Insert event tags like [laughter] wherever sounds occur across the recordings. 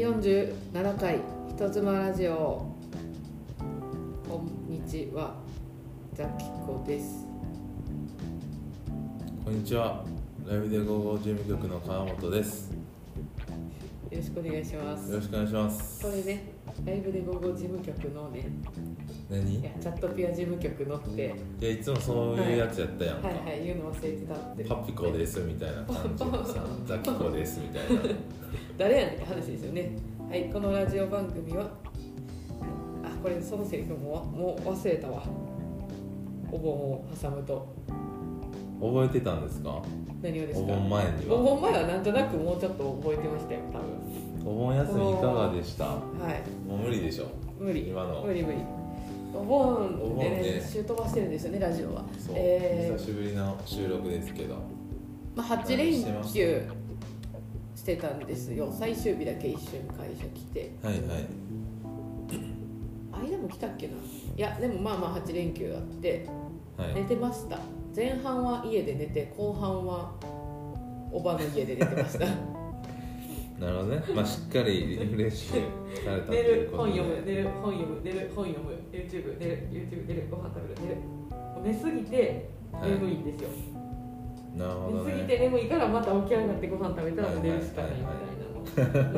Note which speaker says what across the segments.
Speaker 1: 47回人妻ラジオこんにちはザキコです
Speaker 2: こんにちは。ライブで午後事務局の川本です。
Speaker 1: よろしくお願いしま
Speaker 2: よ
Speaker 1: す
Speaker 2: ろしくお願いします
Speaker 1: こ。れねライブで午後事務局のね
Speaker 2: 何？
Speaker 1: いやチャットピア事務局のってはい
Speaker 2: やいつもそういうやつやったやんか。
Speaker 1: いはい言うの忘れてたって
Speaker 2: パピコですみたいな感じのさ、ザキコですみた
Speaker 1: [laughs]
Speaker 2: いな。
Speaker 1: 誰やねんって話ですよねはいこのラジオ番組はあこれそのセリフもわもう忘れたわお盆を挟むと
Speaker 2: 覚えてたんですか？
Speaker 1: 何をです
Speaker 2: お
Speaker 1: か
Speaker 2: 盆前に
Speaker 1: お
Speaker 2: は。
Speaker 1: 盆前はなんとなくもうちょっと覚えてましたよ多分
Speaker 2: お盆休みいかがでした？
Speaker 1: はい
Speaker 2: もう無理でしょ。
Speaker 1: 無理
Speaker 2: 今の
Speaker 1: 無理無理お盆で
Speaker 2: お盆
Speaker 1: ね
Speaker 2: で
Speaker 1: 週飛ばしてるんですよねラジオは
Speaker 2: そう、
Speaker 1: え
Speaker 2: 久しぶりの収録ですけど。
Speaker 1: ーまあ、8連休してたんですよ最終日だけ一瞬会社来て
Speaker 2: はいはい。
Speaker 1: 間も来たっけないやでもまあまあ8連休あって
Speaker 2: はい。
Speaker 1: 寝てました前半は家で寝て後半はおばの家で寝てま
Speaker 2: [laughs]
Speaker 1: した
Speaker 2: なるほ
Speaker 1: [laughs]
Speaker 2: どね。まあしっかりリフレッシュされたと
Speaker 1: 寝
Speaker 2: いう
Speaker 1: る
Speaker 2: こと
Speaker 1: 本
Speaker 2: で。
Speaker 1: 読む寝る本読む寝る本読む YouTube 寝る YouTube 寝るご飯食べる寝るもう寝すぎて眠いんですよ、
Speaker 2: なるほど
Speaker 1: 寝すぎ
Speaker 2: ね。
Speaker 1: て眠いからまた起き上がってご飯食べたらもう寝るしかないみたい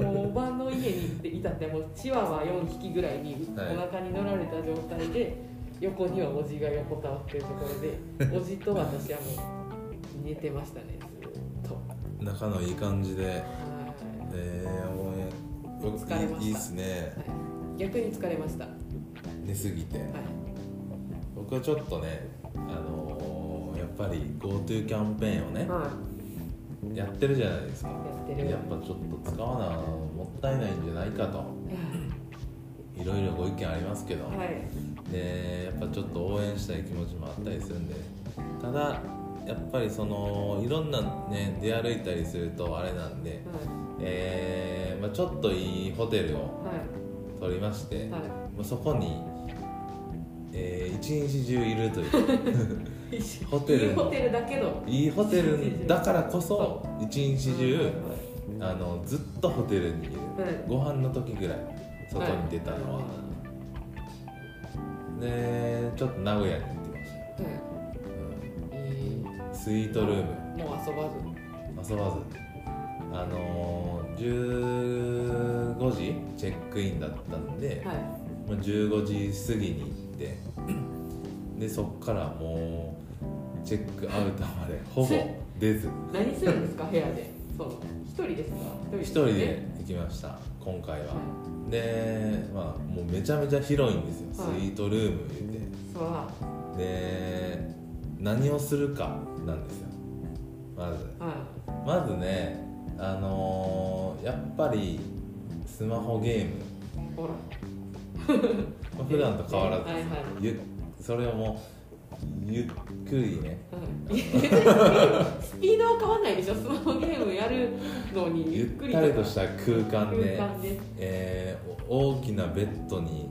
Speaker 1: な
Speaker 2: [laughs]
Speaker 1: もうおばの家にいたってもうチワワ4匹ぐらいにお
Speaker 2: はい
Speaker 1: 腹に乗られた状態で横にはおじが横たわってるところ
Speaker 2: [laughs]
Speaker 1: でおじと私はもう寝てましたねずっと
Speaker 2: 仲のいい感じで。
Speaker 1: は
Speaker 2: えー、応援よく
Speaker 1: 疲れました
Speaker 2: いいいっすね
Speaker 1: い、はい、逆に疲れました、はい、
Speaker 2: 寝すぎて僕はちょっとねあのーやっぱり GoTo キャンペーンをね
Speaker 1: は
Speaker 2: やってるじゃないですか
Speaker 1: い、やってる
Speaker 2: やっぱちょっと使わなもったいないんじゃないかといろいろご意見ありますけど、
Speaker 1: はい
Speaker 2: でやっぱちょっと応援したい気持ちもあったりするんでただやっぱりそのいろんなね出歩いたりするとあれなんで、えーまあ、ちょっといいホテルを
Speaker 1: はい
Speaker 2: 取りまして、
Speaker 1: はいは
Speaker 2: もうそこに、えー一日中いると [laughs] いう
Speaker 1: い
Speaker 2: ホテ
Speaker 1: いい
Speaker 2: ル
Speaker 1: ホ
Speaker 2: の
Speaker 1: テルだけど
Speaker 2: いいホテルだからこそ一日中あのずっとホテルにいる
Speaker 1: はい
Speaker 2: ご飯の時ぐらい外に出たのは、
Speaker 1: は
Speaker 2: でちょっと名古屋に行ってまし
Speaker 1: いはい
Speaker 2: た、う
Speaker 1: え
Speaker 2: んスイートルーム
Speaker 1: ーもう遊ばず
Speaker 2: 遊ばずあのー、15時チェックインだったんで、
Speaker 1: はい
Speaker 2: まあ、15時過ぎに行ってでそっからもうチェックアウト
Speaker 1: [laughs]
Speaker 2: までほぼ出ず
Speaker 1: 何するんですか部屋でそう一人ですか
Speaker 2: 一
Speaker 1: 一
Speaker 2: 人
Speaker 1: 人す
Speaker 2: で
Speaker 1: ね
Speaker 2: 行きました今回は
Speaker 1: は
Speaker 2: でまあもうめちゃめちゃ広いんですよス
Speaker 1: はい
Speaker 2: イートルーム言う
Speaker 1: いそうは
Speaker 2: てで何をするかなんですよまず
Speaker 1: は
Speaker 2: まずねあのーやっぱりスマホゲーム
Speaker 1: いほら
Speaker 2: まあ普段と変わらず
Speaker 1: はいはい
Speaker 2: ゆっそれをもうゆっくりね
Speaker 1: はい別にスピードは変わんないでしょスマホゲームやるのにゆ
Speaker 2: ゆ
Speaker 1: っ
Speaker 2: っ
Speaker 1: くり
Speaker 2: くり
Speaker 1: とか
Speaker 2: とした空間で、
Speaker 1: 空間で
Speaker 2: えーお大きなベッドに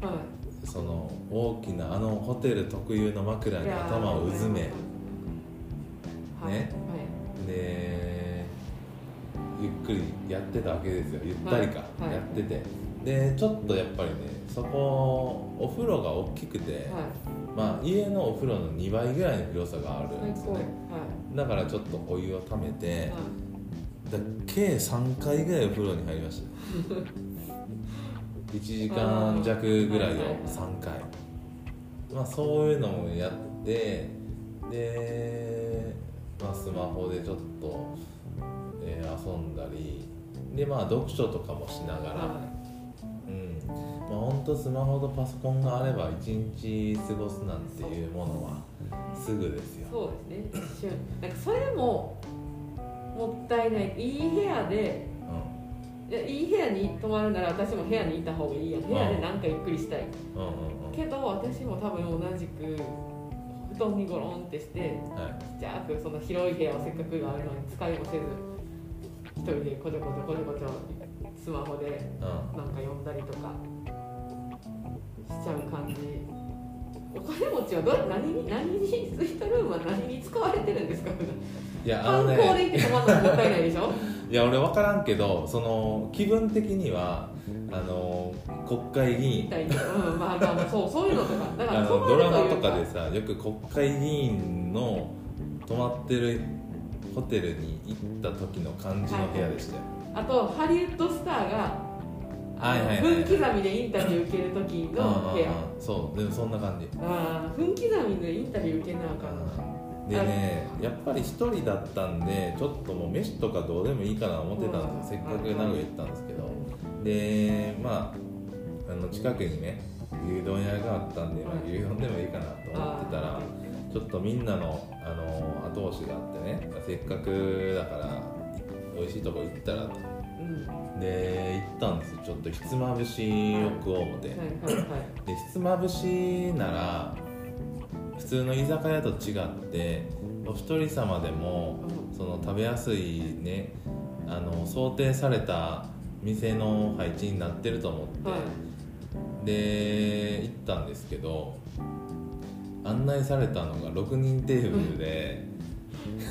Speaker 1: は
Speaker 2: その大きなあのホテル特有の枕
Speaker 1: い
Speaker 2: に頭をうずめ
Speaker 1: はい
Speaker 2: ねでゆっくりやってたわけですよゆったりか、
Speaker 1: はいはい
Speaker 2: やっててでちょっとやっぱりねそこお風呂が大きくて、
Speaker 1: はいはい
Speaker 2: まあ、家のお風呂の2倍ぐらいの広さがあるん
Speaker 1: 最
Speaker 2: です
Speaker 1: 高
Speaker 2: よ
Speaker 1: はい
Speaker 2: ねだからちょっとお湯をためて、
Speaker 1: はい
Speaker 2: だ計3回ぐらいお風呂に入りました [laughs] ね1時間弱ぐらいを3回まあそういうのもやってで、まあ、スマホでちょっと、えー遊んだりでまあ読書とかもしながら
Speaker 1: は
Speaker 2: うんまあほんとスマホとパソコンがあれば1日過ごすなんていうものはすぐです
Speaker 1: い
Speaker 2: よ
Speaker 1: そうですね一瞬なんかそれももったいないいい部屋で
Speaker 2: う
Speaker 1: いやいい部屋に泊まるなら私も部屋にいた方がいいやん部屋でなんかゆっくりしたい
Speaker 2: んうんうん
Speaker 1: けど私も多分同じく布団にゴロンってして
Speaker 2: うんはい
Speaker 1: ちっちゃくその広い部屋をせっかくあるのに使いもせず一人でこちょこちょこちょこちょスマホで
Speaker 2: うん
Speaker 1: なんか読んだりとかしちゃう感じおか金持ちはど何に何にスイートルームは何に使われてるんですか普段
Speaker 2: いやあ
Speaker 1: 観
Speaker 2: の
Speaker 1: 光
Speaker 2: ね
Speaker 1: で行って泊まるのもったいないで
Speaker 2: [laughs]
Speaker 1: しょ
Speaker 2: いや俺分からんけどその気分的にはあの国会議
Speaker 1: み
Speaker 2: 員
Speaker 1: たいなうんまあまあまあそうそういうのとかだから
Speaker 2: あ
Speaker 1: 泊まると
Speaker 2: のド
Speaker 1: い
Speaker 2: ラ
Speaker 1: う
Speaker 2: マとかでさよく国会議員の泊まってるホテルに行った時の感じの部屋でしたよ、
Speaker 1: あとハリウッドスターがあ
Speaker 2: はいはい
Speaker 1: の
Speaker 2: はいはい
Speaker 1: 分刻みでインタビュー受ける時の部屋
Speaker 2: うんうんうんそうでもそんな感じ
Speaker 1: ああ分刻みでインタビュー受けなあかんな
Speaker 2: でねやっぱり一人だったんでちょっともう飯とかどうでもいいかな思ってたんですよせっかく名古屋行ったんですけどでまああの近くにね牛丼屋があったんで、まあ、牛丼でもいいかなと思ってたらちょっとみんなの、あの後押しがあってねせっかくだから美味しいとこ行ったら
Speaker 1: う
Speaker 2: と
Speaker 1: んは
Speaker 2: で行ったんですよちょっとひつまぶしを食おう思て、
Speaker 1: いはいはい
Speaker 2: でひつまぶしなら普通の居酒屋と違ってお一人様でもその食べやすいねあの想定された店の配置になってると思って、
Speaker 1: はい
Speaker 2: で行ったんですけど案内されたのが6人テーブルで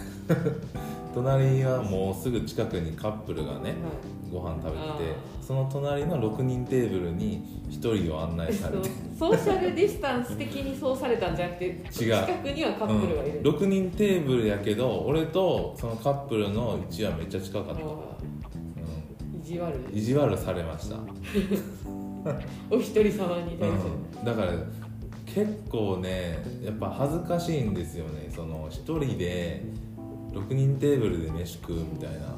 Speaker 2: [laughs] 隣はもうすぐ近くにカップルがねご飯食べてて
Speaker 1: あー
Speaker 2: その隣の6人テーブルに1人を案
Speaker 1: は
Speaker 2: 内
Speaker 1: い
Speaker 2: されて
Speaker 1: そうソーシャルディスタンス的にそうされたんじゃなくて近くにはカップルがいる、
Speaker 2: うん、6人テーブルやけど俺とそのカップルの位置はめっちゃ近かった、う
Speaker 1: あ
Speaker 2: ん、
Speaker 1: ー意地悪い
Speaker 2: 意地悪されました、
Speaker 1: お一人様に対して、
Speaker 2: うん、だから結構ねやっぱ恥ずかしいんですよねその1人で6人テーブルで飯食うみたいな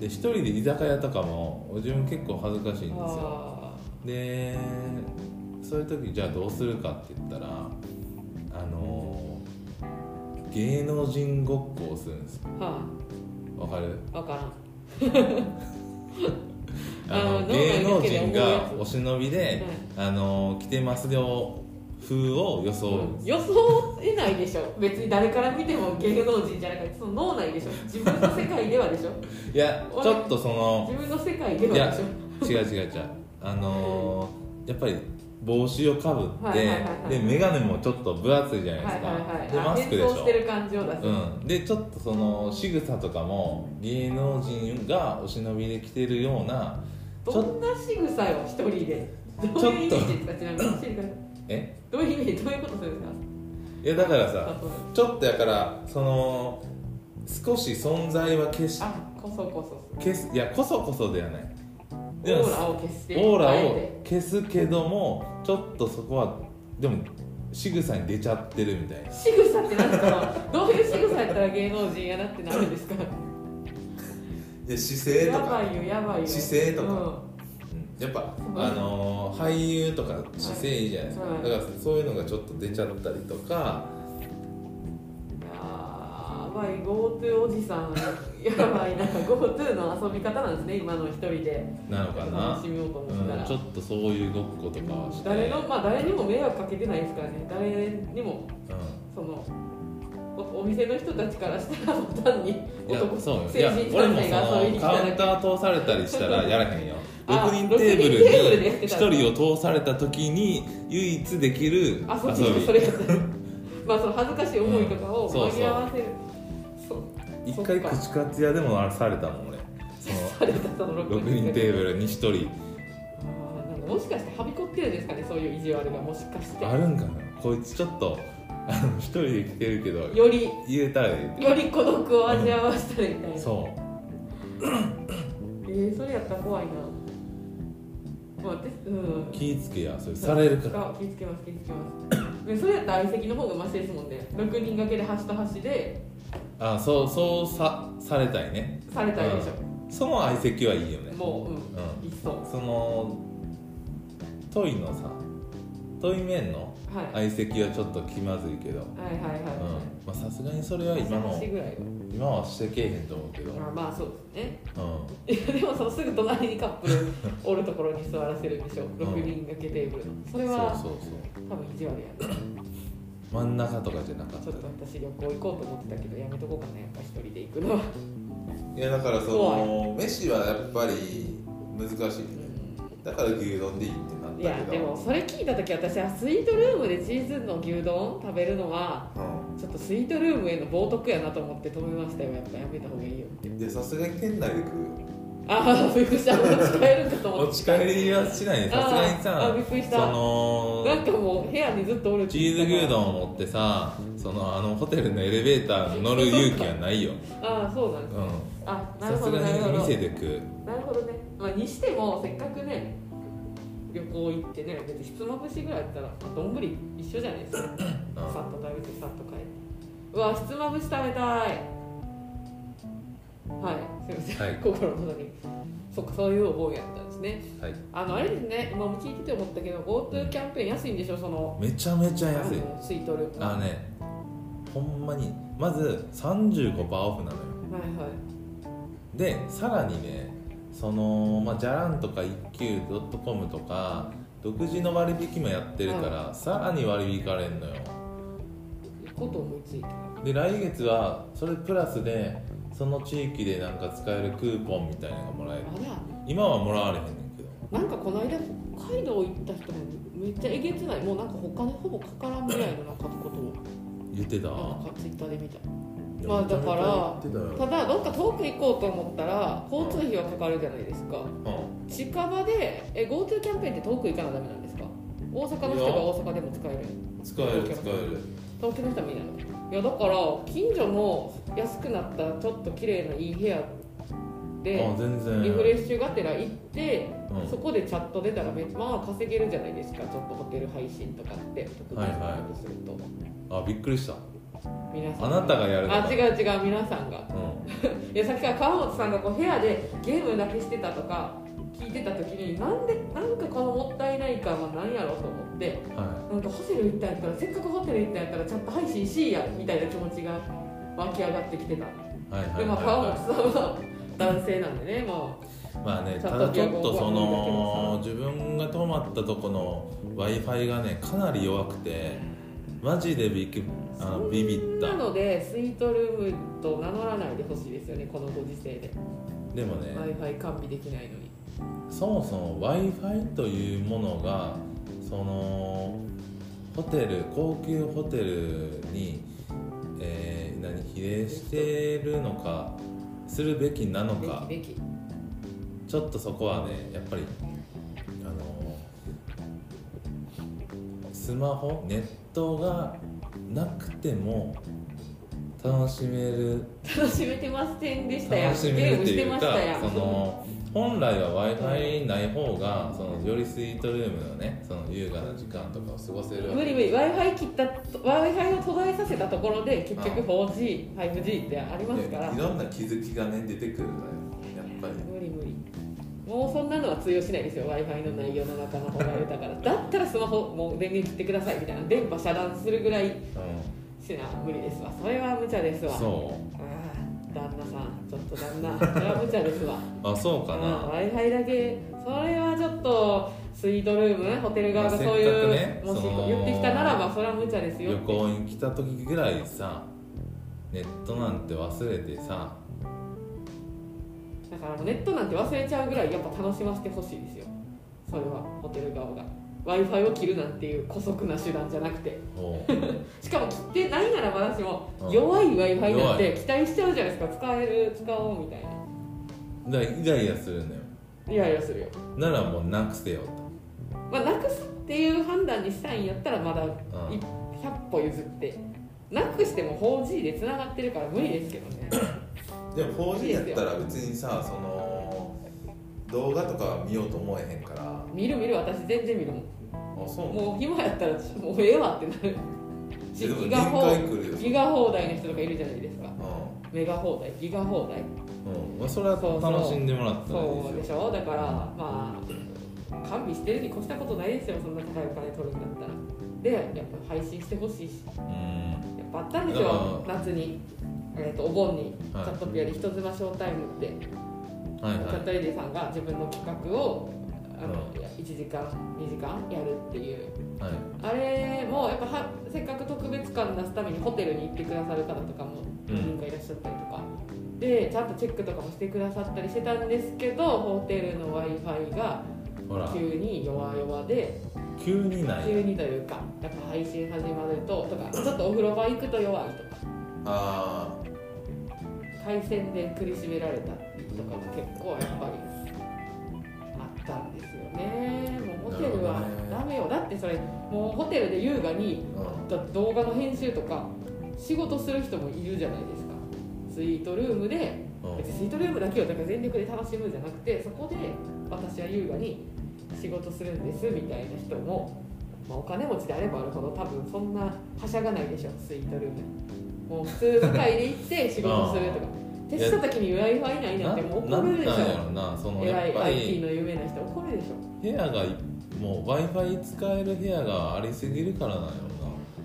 Speaker 2: で1人で居酒屋とかも自分結構恥ずかしいんですよ
Speaker 1: あ
Speaker 2: でそういう時じゃあどうするかって言ったらあの芸能人ごっこをするんですよ
Speaker 1: ーは
Speaker 2: わかる
Speaker 1: あ分からん
Speaker 2: あ
Speaker 1: あ
Speaker 2: の
Speaker 1: の
Speaker 2: 芸能人
Speaker 1: どうなんや
Speaker 2: が
Speaker 1: けど
Speaker 2: お忍びで「あの来てますよ」風を装うんです
Speaker 1: 予想えないでしょ別に誰から見ても芸能人じゃなくてその脳
Speaker 2: [laughs]
Speaker 1: 内でしょ自分の世界ではでしょ
Speaker 2: いや
Speaker 1: 俺
Speaker 2: ちょっとその
Speaker 1: 自分の世界ではでしょ
Speaker 2: 違う違う違うあのーやっぱり帽子をかぶっ
Speaker 1: はいはいはいはい
Speaker 2: てで眼鏡もちょっと分厚いじゃないで
Speaker 1: は
Speaker 2: す
Speaker 1: いはいはい
Speaker 2: かで
Speaker 1: あ
Speaker 2: マスクでし
Speaker 1: 変装
Speaker 2: ょ
Speaker 1: してる感じを出す、
Speaker 2: うん、でちょっとその仕草とかも芸能人がお忍びで来てるようなち
Speaker 1: ど
Speaker 2: ょ
Speaker 1: んな仕草よ一人で
Speaker 2: ょっと
Speaker 1: どういうイメージですかちなみに教えてください
Speaker 2: え
Speaker 1: どういうイメージどういうことするんですか
Speaker 2: いやだから
Speaker 1: あ
Speaker 2: さ
Speaker 1: そう
Speaker 2: ちょっとやからその少し存在は消し
Speaker 1: あこそこそ
Speaker 2: 消すいやこそこそではない
Speaker 1: オ
Speaker 2: でも
Speaker 1: ーラを消して
Speaker 2: オーラ
Speaker 1: あえ
Speaker 2: を消すけどもちょっとそこはでも仕草に出ちゃってるみたいな
Speaker 1: て仕草って何ですかどういう仕草やったら芸能人やなってなるんですか
Speaker 2: で姿勢
Speaker 1: やばいよやばいよ
Speaker 2: 姿勢とか
Speaker 1: うん
Speaker 2: やっぱ、
Speaker 1: うん
Speaker 2: あのー俳優とか姿勢いいじゃないですか、
Speaker 1: はい
Speaker 2: だからそういうのがちょっと出ちゃったりとか
Speaker 1: やばい GoTo おじさん [laughs] やばいなんか GoTo の遊び方なんですね今の一人で
Speaker 2: なのかな
Speaker 1: 楽しみようと思ったら、
Speaker 2: うん、ちょっとそういうごっことかはして
Speaker 1: 誰のまあ誰にも迷惑かけてないですからね誰にも
Speaker 2: う
Speaker 1: そのおお店の人たちからしたらもう単に
Speaker 2: ん、いや
Speaker 1: 男
Speaker 2: そうよい
Speaker 1: 成
Speaker 2: や
Speaker 1: 人
Speaker 2: 俺も
Speaker 1: 男性が
Speaker 2: そ
Speaker 1: 遊びに来
Speaker 2: の
Speaker 1: た
Speaker 2: カウン
Speaker 1: ら
Speaker 2: ター通されたりしたらやらへんよ
Speaker 1: [laughs] あ
Speaker 2: 6人テーブ
Speaker 1: 六
Speaker 2: ル
Speaker 1: 人テーブルでやっ
Speaker 2: に
Speaker 1: てた
Speaker 2: 1人を通された時に唯一できる遊び
Speaker 1: あそっちそれやった [laughs] まあその恥ずかしい思いとかを紛らわせる、そう
Speaker 2: 一回口活屋でもあれされたもん俺そ
Speaker 1: されたその
Speaker 2: の
Speaker 1: 6
Speaker 2: 6人
Speaker 1: 人
Speaker 2: テ
Speaker 1: で
Speaker 2: ーブルに1人
Speaker 1: [laughs] あーなんかもしかしてはびこってるんですかねそういう意地悪がもしかして
Speaker 2: あるんかなこいつちょっとあの1人で来てるけど
Speaker 1: より
Speaker 2: 入れたらえ
Speaker 1: より孤独を味わわせたらみたい
Speaker 2: え
Speaker 1: な、
Speaker 2: そう
Speaker 1: えー、それやったら怖いなまあでうん
Speaker 2: 気ぃつけやそれされるから
Speaker 1: あ気ぃつけます気ぃつけますでそれやったら相席の方がマシですもんね6人掛けで端と端で
Speaker 2: あそうそうさされたいね
Speaker 1: されたいでしょ、
Speaker 2: その相席はいいよね
Speaker 1: もううん
Speaker 2: う
Speaker 1: いっそ
Speaker 2: んそのトイのさトイ面の
Speaker 1: はい、
Speaker 2: 相席はちょっと気まずいけどうん
Speaker 1: はいはいは、
Speaker 2: まあさすがにそれはい今の
Speaker 1: 端ぐらいは
Speaker 2: 今はしてけえへんと思うけど
Speaker 1: まあまあそうですね
Speaker 2: うん
Speaker 1: いやでもそのすぐ隣にカップルおるところに座らせるんでしょ6人掛けテーブルのそれは
Speaker 2: そうそうそう
Speaker 1: 多分意地悪やな
Speaker 2: 真ん中とかじゃなかっ
Speaker 1: ち
Speaker 2: た
Speaker 1: ょっと私旅行行こうと思ってたけどやめとこうかなやっぱ一人で行くのは、
Speaker 2: いやだからそ
Speaker 1: 怖
Speaker 2: の飯はやっぱり難しいよね
Speaker 1: う
Speaker 2: だから牛丼でいいってなっった
Speaker 1: い
Speaker 2: けど
Speaker 1: やでもそれ聞いた時私はスイートルームでチーズの牛丼食べるのは
Speaker 2: う
Speaker 1: ちょっとスイートルームへの冒涜やなと思って止めましたよやっぱやめた方がいいよ
Speaker 2: んでさすがに店内で食うよ
Speaker 1: ああびっくりした持ち帰るんかと思って
Speaker 2: 持ち帰りはしないね [laughs] さすがに
Speaker 1: あーあ
Speaker 2: さ
Speaker 1: びっくりした
Speaker 2: その
Speaker 1: なんかもう部屋にずっとおるって
Speaker 2: チ
Speaker 1: 言
Speaker 2: ー
Speaker 1: って
Speaker 2: ズ
Speaker 1: たから
Speaker 2: 牛丼を持ってさそのあのホテルのエレベーターに乗る勇気はないよ、
Speaker 1: ああそうなん
Speaker 2: う
Speaker 1: です
Speaker 2: ん、
Speaker 1: あなる
Speaker 2: さ
Speaker 1: ほ
Speaker 2: す
Speaker 1: どな
Speaker 2: が
Speaker 1: るほ
Speaker 2: に
Speaker 1: ど
Speaker 2: 店で食う
Speaker 1: なるほどね、まあ、にしてもせっかくね旅行行ってね別にひつまぶしぐらいだったらまあ丼一緒じゃないですか
Speaker 2: う
Speaker 1: さ
Speaker 2: ん
Speaker 1: っと食べてさっと帰ってうわひつまぶし食べたいはいすいません、
Speaker 2: はい
Speaker 1: 心の中にそっかそういうお盆やったんですね
Speaker 2: はい
Speaker 1: あのあれですね今も聞いてて思ったけど GoTo キャンペーン安いんでしょその
Speaker 2: めちゃめちゃ安い
Speaker 1: あのスイートルーム
Speaker 2: あの
Speaker 1: はい
Speaker 2: ねほんまにまず35%オフなのよ
Speaker 1: はい
Speaker 2: でさらにねそのまあじゃらんとか一休 .com とか独自の割引もやってるから、さらに割り引かれんのよ
Speaker 1: こと思いついた
Speaker 2: で来月はそれプラスでその地域でなんか使えるクーポンみたいなのがもらえる
Speaker 1: あら
Speaker 2: 今はもらわれへんねんけど
Speaker 1: なんかこの間北海道行った人もめっちゃえげつないもうなんか他にほぼかからんぐらいのなんかことを
Speaker 2: 言ってた
Speaker 1: なんかツイッターで見たまあだから
Speaker 2: 言ってた
Speaker 1: た
Speaker 2: よ
Speaker 1: だどっか遠く行こうと思ったら交通費はかかるじゃないですか
Speaker 2: うん
Speaker 1: 近場でえ GoTo キャンペーンって遠く行かなダメなんですか大阪の人が大阪でも使える
Speaker 2: 使える使える
Speaker 1: 東京の人はみんなのいやだから近所の安くなったちょっと綺麗ないい部屋で
Speaker 2: あ全然
Speaker 1: リフレッシュがてら行って
Speaker 2: うん
Speaker 1: そこでチャット出たらめまあ稼げるじゃないですかちょっとホテル配信とかって特
Speaker 2: はい
Speaker 1: 別
Speaker 2: は
Speaker 1: な
Speaker 2: い
Speaker 1: ことすると、
Speaker 2: あびっくりした
Speaker 1: 皆さ
Speaker 2: あ
Speaker 1: ん
Speaker 2: なたがやるのか
Speaker 1: あ違う違う皆さんが
Speaker 2: う
Speaker 1: いやさっきから川本さんがこう部屋でゲームだけしてたとか聞いてた時になんでなんかこのもったいない感は何やろうと思って
Speaker 2: んは
Speaker 1: なんかホテル行ったんやったらせっかくホテル行ったんやったらちゃんと配信しいやみたいな気持ちが湧き上がってきてた
Speaker 2: いはいはいはい
Speaker 1: でまあ川本
Speaker 2: は
Speaker 1: さんは男性なんでねまあ
Speaker 2: いまあ
Speaker 1: ち
Speaker 2: ね
Speaker 1: ゃん
Speaker 2: た
Speaker 1: と
Speaker 2: だちょっとそ
Speaker 1: 旅行は
Speaker 2: の自分が泊まったとこの w i f i がねかなり弱くてマジでビビあのビビった
Speaker 1: なのでスイートルームと名乗らないでほしいですよねこのご時世で
Speaker 2: でも
Speaker 1: w
Speaker 2: ね
Speaker 1: i f i 完備できないのに
Speaker 2: そもそも w i f i というものがそのホテル高級ホテルに、えー何比例してるのかするべきなのか
Speaker 1: べきべき
Speaker 2: ちょっとそこはねやっぱりあのスマホネットがなくても楽しめる
Speaker 1: 楽しめてませんでしたやん
Speaker 2: 楽しめ
Speaker 1: ゲー
Speaker 2: る
Speaker 1: ム
Speaker 2: って
Speaker 1: して
Speaker 2: いう
Speaker 1: ま
Speaker 2: か
Speaker 1: したやん
Speaker 2: その本来は w i f i ない方がそのよりスイートルームのねその優雅な時間とかを過ごせるわ
Speaker 1: 無
Speaker 2: け
Speaker 1: 理無理 w i f i 切った w i f i を途絶えさせたところで結局 4G5G ってありますから
Speaker 2: いやいろんな気づきがね出てくるのよやっぱり
Speaker 1: 無理無理もうそんなのは通用しないですよ w i f i の内容の中の方が豊から
Speaker 2: [laughs]
Speaker 1: だったらスマホもう電源切ってくださいみたいな電波遮断するぐらいしな無理ですわそれは無茶です
Speaker 2: うん
Speaker 1: わ
Speaker 2: そ
Speaker 1: ああ旦那さんちょっと旦那
Speaker 2: [laughs]
Speaker 1: それは無茶ですわ
Speaker 2: うあそうかな
Speaker 1: w i f i だけそれはちょっとスイートルームホテル側がそういう、
Speaker 2: まあせっかくね
Speaker 1: もし
Speaker 2: その
Speaker 1: 言ってきたならばそれは無茶ですよ
Speaker 2: 旅行に来た時ぐらいさネットなんて忘れてさ
Speaker 1: だからもうネットなんて忘れちゃうぐらいやっぱ楽しませてほしいですよそれはホテル側が w i f i を切るなんていう姑息な手段じゃなくて
Speaker 2: も
Speaker 1: [laughs]
Speaker 2: う
Speaker 1: しかも切ってないならまだしも
Speaker 2: うん
Speaker 1: 弱い w i f i なん
Speaker 2: 弱
Speaker 1: て期待しちゃうじゃないですか使える使おうみたいな
Speaker 2: だからイライラするのよ
Speaker 1: イライラするよ
Speaker 2: ならもうなくせよ
Speaker 1: まあなくすっていう判断にしたいんやったらまだ
Speaker 2: と、うん
Speaker 1: い100歩譲ってなくしても 4G でつながってるから無理ですけど
Speaker 2: [coughs]
Speaker 1: ね
Speaker 2: でも 4G やったら別にさその動画とかは見ようと思えへんからあ
Speaker 1: 見る見る私全然見るもん
Speaker 2: そうなの
Speaker 1: もう暇やったらもうええわってなる
Speaker 2: でも
Speaker 1: ギ
Speaker 2: 限
Speaker 1: ガ放
Speaker 2: 界来るよ
Speaker 1: ギガ放題の人とかいるじゃないですか
Speaker 2: う
Speaker 1: メガ放題ギガ放題
Speaker 2: ん、うんまあ、それは楽しんでもらったらい
Speaker 1: そう
Speaker 2: い
Speaker 1: で
Speaker 2: です
Speaker 1: し
Speaker 2: よ
Speaker 1: ょだからまあ完備してるに越したことないですよそんな高いお金取るんだったらでやっぱ配信してほしいしや
Speaker 2: うん
Speaker 1: っぱあったんですよ夏に、えー、とお盆にチ
Speaker 2: はい
Speaker 1: ャットピアで人妻ショータイムって、
Speaker 2: はい
Speaker 1: チャッ
Speaker 2: は
Speaker 1: トエディさんが自分の企画をあの、
Speaker 2: うん
Speaker 1: 1時間2時間やるっていう
Speaker 2: いはい
Speaker 1: あれもやっぱはせっかく特別感出すためにホテルに行ってくださる方とかも
Speaker 2: うん
Speaker 1: 何人かいらっしゃったりとか、でちゃんとチェックとかもしてくださったりしてたんですけどホテルの w i f i が
Speaker 2: ほら
Speaker 1: 急に弱々で
Speaker 2: 急にない
Speaker 1: 急にというかだから配信始まるととかちょっとお風呂場行くと弱いとか
Speaker 2: あ
Speaker 1: 回線で苦しめられたとかが結構やっぱりあったんですよねもうホテルは
Speaker 2: なるほどね
Speaker 1: ダメよだってそれもうホテルで優雅に
Speaker 2: ーうん
Speaker 1: だって動画の編集とか仕事する人もいるじゃないですかスイートルームで
Speaker 2: うん
Speaker 1: 別にスイートルームだけをだから全力で楽しむじゃなくてそこで私は優雅に仕事するんですみたいな人も、まあ、お金持ちであればあるほど多分そんなはしゃがないでしょスイートルームもう普通部会で行って仕事すると
Speaker 2: [laughs]
Speaker 1: かテストの時に w i f i ないなんてもう怒るでし
Speaker 2: ななんなんや
Speaker 1: ょ
Speaker 2: ろなそのや
Speaker 1: 偉
Speaker 2: っ
Speaker 1: い
Speaker 2: ぱ
Speaker 1: IT
Speaker 2: り
Speaker 1: の有名な人怒るでしょ
Speaker 2: 部屋がもう w i f i 使える部屋がありすぎるからなんやろな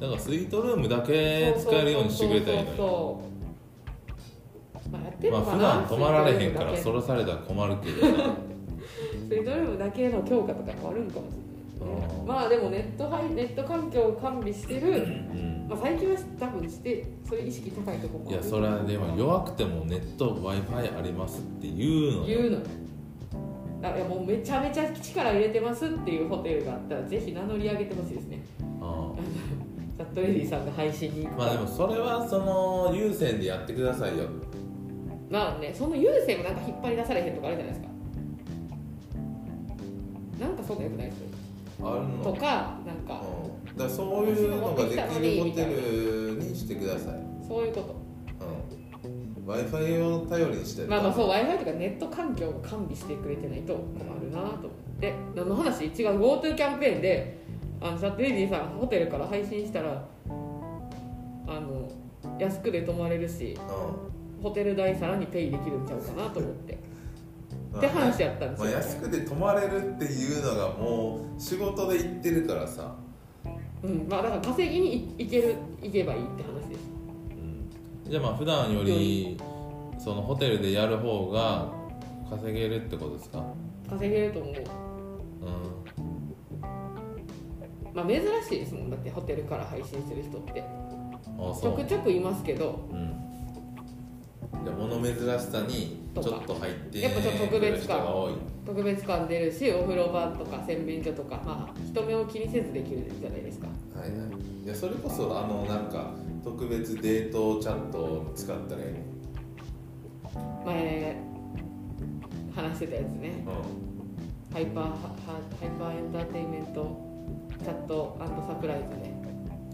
Speaker 2: だからスイートルームだけ使えるようにしてくれたらいいの
Speaker 1: そうそ
Speaker 2: に
Speaker 1: うそうそうまあやってる
Speaker 2: ま
Speaker 1: のか
Speaker 2: あ
Speaker 1: な
Speaker 2: 普段泊まられへんから
Speaker 1: スイートルームだけ
Speaker 2: それされたら困るけ
Speaker 1: [laughs]
Speaker 2: どな
Speaker 1: スイートルームだけの強化とか変わるんかもしれないですね
Speaker 2: あー
Speaker 1: まあでもネット配ネット環境を完備して
Speaker 2: う
Speaker 1: る、
Speaker 2: ん
Speaker 1: まあ、最近は多分してそういう意識高いとこも
Speaker 2: いやそれはでも弱くてもネット w i f i ありますって言うの
Speaker 1: 言
Speaker 2: よ
Speaker 1: うのだからもうめちゃめちゃ力入れてますっていうホテルがあったらぜひ名乗り上げてほしいですね
Speaker 2: ああ
Speaker 1: チャットレディさんが配信に行くか
Speaker 2: ま
Speaker 1: ら
Speaker 2: あでもそれはその優先でやってくださいよ
Speaker 1: まあねその優勢もなんか引っ張り出されへんとかあるじゃないですかなんかそんなよくないですよ
Speaker 2: あるの
Speaker 1: とかなんか
Speaker 2: うんだからそういうのができるホテルにしてください、
Speaker 1: そういうこと
Speaker 2: うん、w i f i を頼りにしてる
Speaker 1: まあまあそう w i f i とかネット環境を完備してくれてないと困るなと思って何の話違う GoTo キャンペーンであのシャットレディさんホテルから配信したらあの安くで泊まれるしホテル代さらにペイできるんちゃうかなと思って
Speaker 2: うん
Speaker 1: って話やったんです
Speaker 2: ま
Speaker 1: よ、
Speaker 2: あ、安くで泊まれるっていうのがもう仕事で行ってるからさ、
Speaker 1: うんまあだから稼ぎに行ける行けばいいって話です
Speaker 2: じゃあまあ普段よ
Speaker 1: よ
Speaker 2: りそのホテルでやる方が稼げるってことですか
Speaker 1: 稼げると思う
Speaker 2: う
Speaker 1: まあ珍しいですもんだってホテルから配信する人って
Speaker 2: んあ
Speaker 1: ち
Speaker 2: そ
Speaker 1: ょく
Speaker 2: う
Speaker 1: ちょくいますけど
Speaker 2: うんじゃあ物珍しさにちょっと入って
Speaker 1: やっぱちょっと特別感
Speaker 2: くる人が多い
Speaker 1: 特別感出るしお風呂場とか洗面所とか、まあ、人目を気にせずできるじゃないですか
Speaker 2: はいはい、いやそれこそあのなんか特別デートチャットを使ったらいいね、
Speaker 1: 前話してたやつねハイパーハハハイパーエンターテインメントチャットサプライズね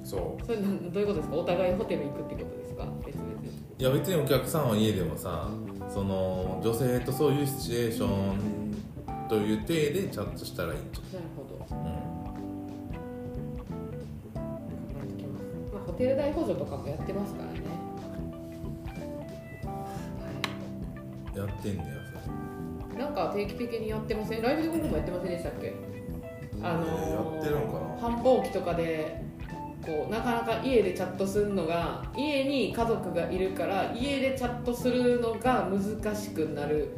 Speaker 2: うん、そ
Speaker 1: それなんどういうことですかお互いホテル行くってことですか別々に
Speaker 2: ういや別にお客さんは家でもさその女性とそういうシチュエーションという体でチャットしたらいいんじ
Speaker 1: なるほど考
Speaker 2: ゃん、うん
Speaker 1: えてきます、まあ、ホテル代補助とかもやってますからね
Speaker 2: やってんねやそれ
Speaker 1: なんか定期的にやってませんライブで僕もやってませんでしたっけあのー
Speaker 2: えーやってるのかな
Speaker 1: 繁忙期とかでこうなかなか家でチャットするのが家に家族がいるから家でチャットするのが難しくなる